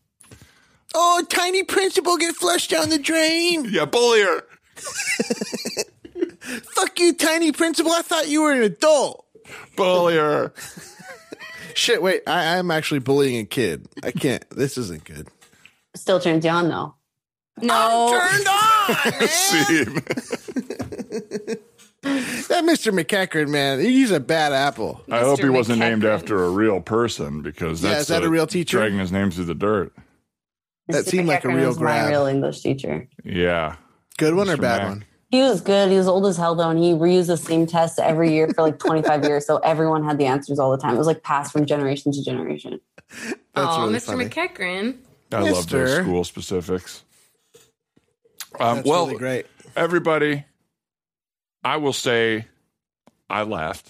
Oh, tiny principal get flushed down the drain. *laughs* Yeah, bully her. *laughs* Fuck you, tiny principal. I thought you were an adult. Bully her. *laughs* Shit, wait. I, I'm actually bullying a kid. I can't. This isn't good. Still turns you on though. No, Turned on, *laughs* man. *laughs* Scene. that Mr. McEachern, man. He's a bad apple. I hope he Mr. wasn't named McEachern. after a real person because Yeah, that's is that uh, a real teacher? Dragging his name through the dirt. That Mr. seemed like a Becker real was grab. My real English teacher. Yeah. Good one or Mr. bad Mac. one? He was good. He was old as hell though, and he reused the same test every year for like *laughs* 25 years. So everyone had the answers all the time. It was like passed from generation to generation. That's oh, really Mr. funny. McEachern. I love those Mister. school specifics. Um, That's well, really great. *laughs* everybody, I will say I laughed.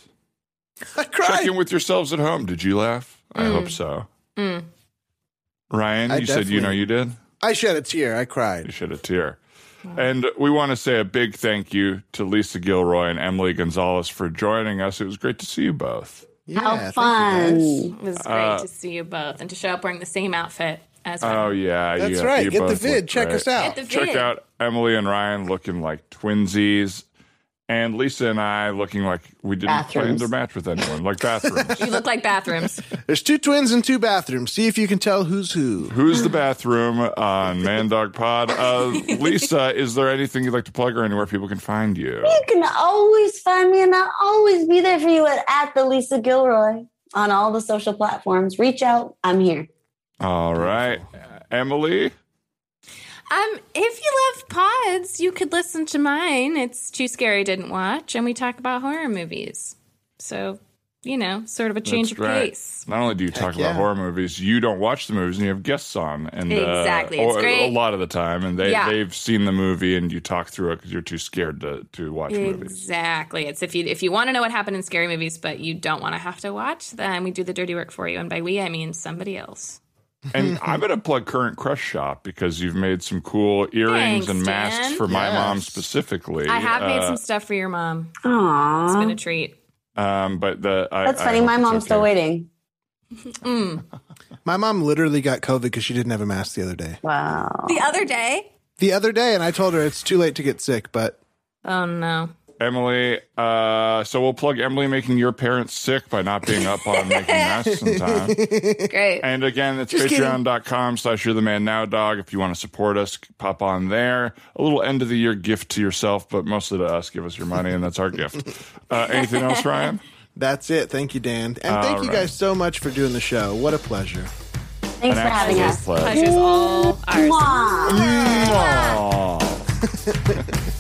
I Check cried. in with yourselves at home. Did you laugh? I hope so. Ryan, Mm. I you said you know definitely- you did? I shed a tear. I You cried. shed a tear. And we want to say a big thank you to Lisa Gilroy and Emily Gonzalez for joining us. It was great to see you both. Yeah, How thank you, fun. guys. It was great Uh, to see you both and to show up wearing the same outfit as well. Oh yeah, That's you- right. you Get the both vid. look Check great. us out. Get the Check vid. out Emily and Ryan looking like twinsies, and Lisa and I looking like we didn't plan Bathrooms. their match with anyone, like bathrooms. *laughs* You look *laughs* like bathrooms. There's two twins and two bathrooms. See if you can tell who's who. Who's the bathroom on Man Dog Pod? Uh, *laughs* Lisa, is there anything you'd like to plug or anywhere people can find you? You can always find me, and I'll always be there for you at, at the Lisa Gilroy on all the social platforms. Reach out. I'm here. All right, Emily. Um, if you love pods, you could listen to mine. It's Too Scary Didn't Watch, and we talk about horror movies. So you know, sort of a change That's of right. pace. Not only do you talk yeah. about horror movies, you don't watch the movies and you have guests on. And, uh, Exactly. It's or- great. A lot of the time. And they, Yeah. they've seen the movie and you talk through it because you're too scared to, to watch movies. Exactly. It's if you if you want to know what happened in scary movies, but you don't want to have to watch, then we do the dirty work for you. And by we, I mean somebody else. *laughs* And I'm going to plug Current Crush Shop because you've made some cool earrings Thanks, and masks Dan. for my Yes. mom specifically. I have made Uh, some stuff for your mom. It's Aww. been a treat. Um, but the I, That's I funny. hope My it's mom's still okay. waiting. Mm. My mom literally got COVID because she didn't have a mask the other day. Wow. The other day. The other day, and I told her it's too late to get sick, but Oh no. Emily, uh, so we'll plug Emily making your parents sick by not being up *laughs* on making masks in time. Great. *laughs* And again, it's Just kidding. patreon.com slash you're the man now dog. If you want to support us, pop on there. A little end of the year gift to yourself, but mostly to us. Give us your money, and that's our gift. Uh, anything else, Ryan? that's it. Thank you, Dan. And thank you right. guys so much for doing the show. What a pleasure. Thanks for An having absolute us. pleasure. Pleasure's all ours. Mwah. Aw.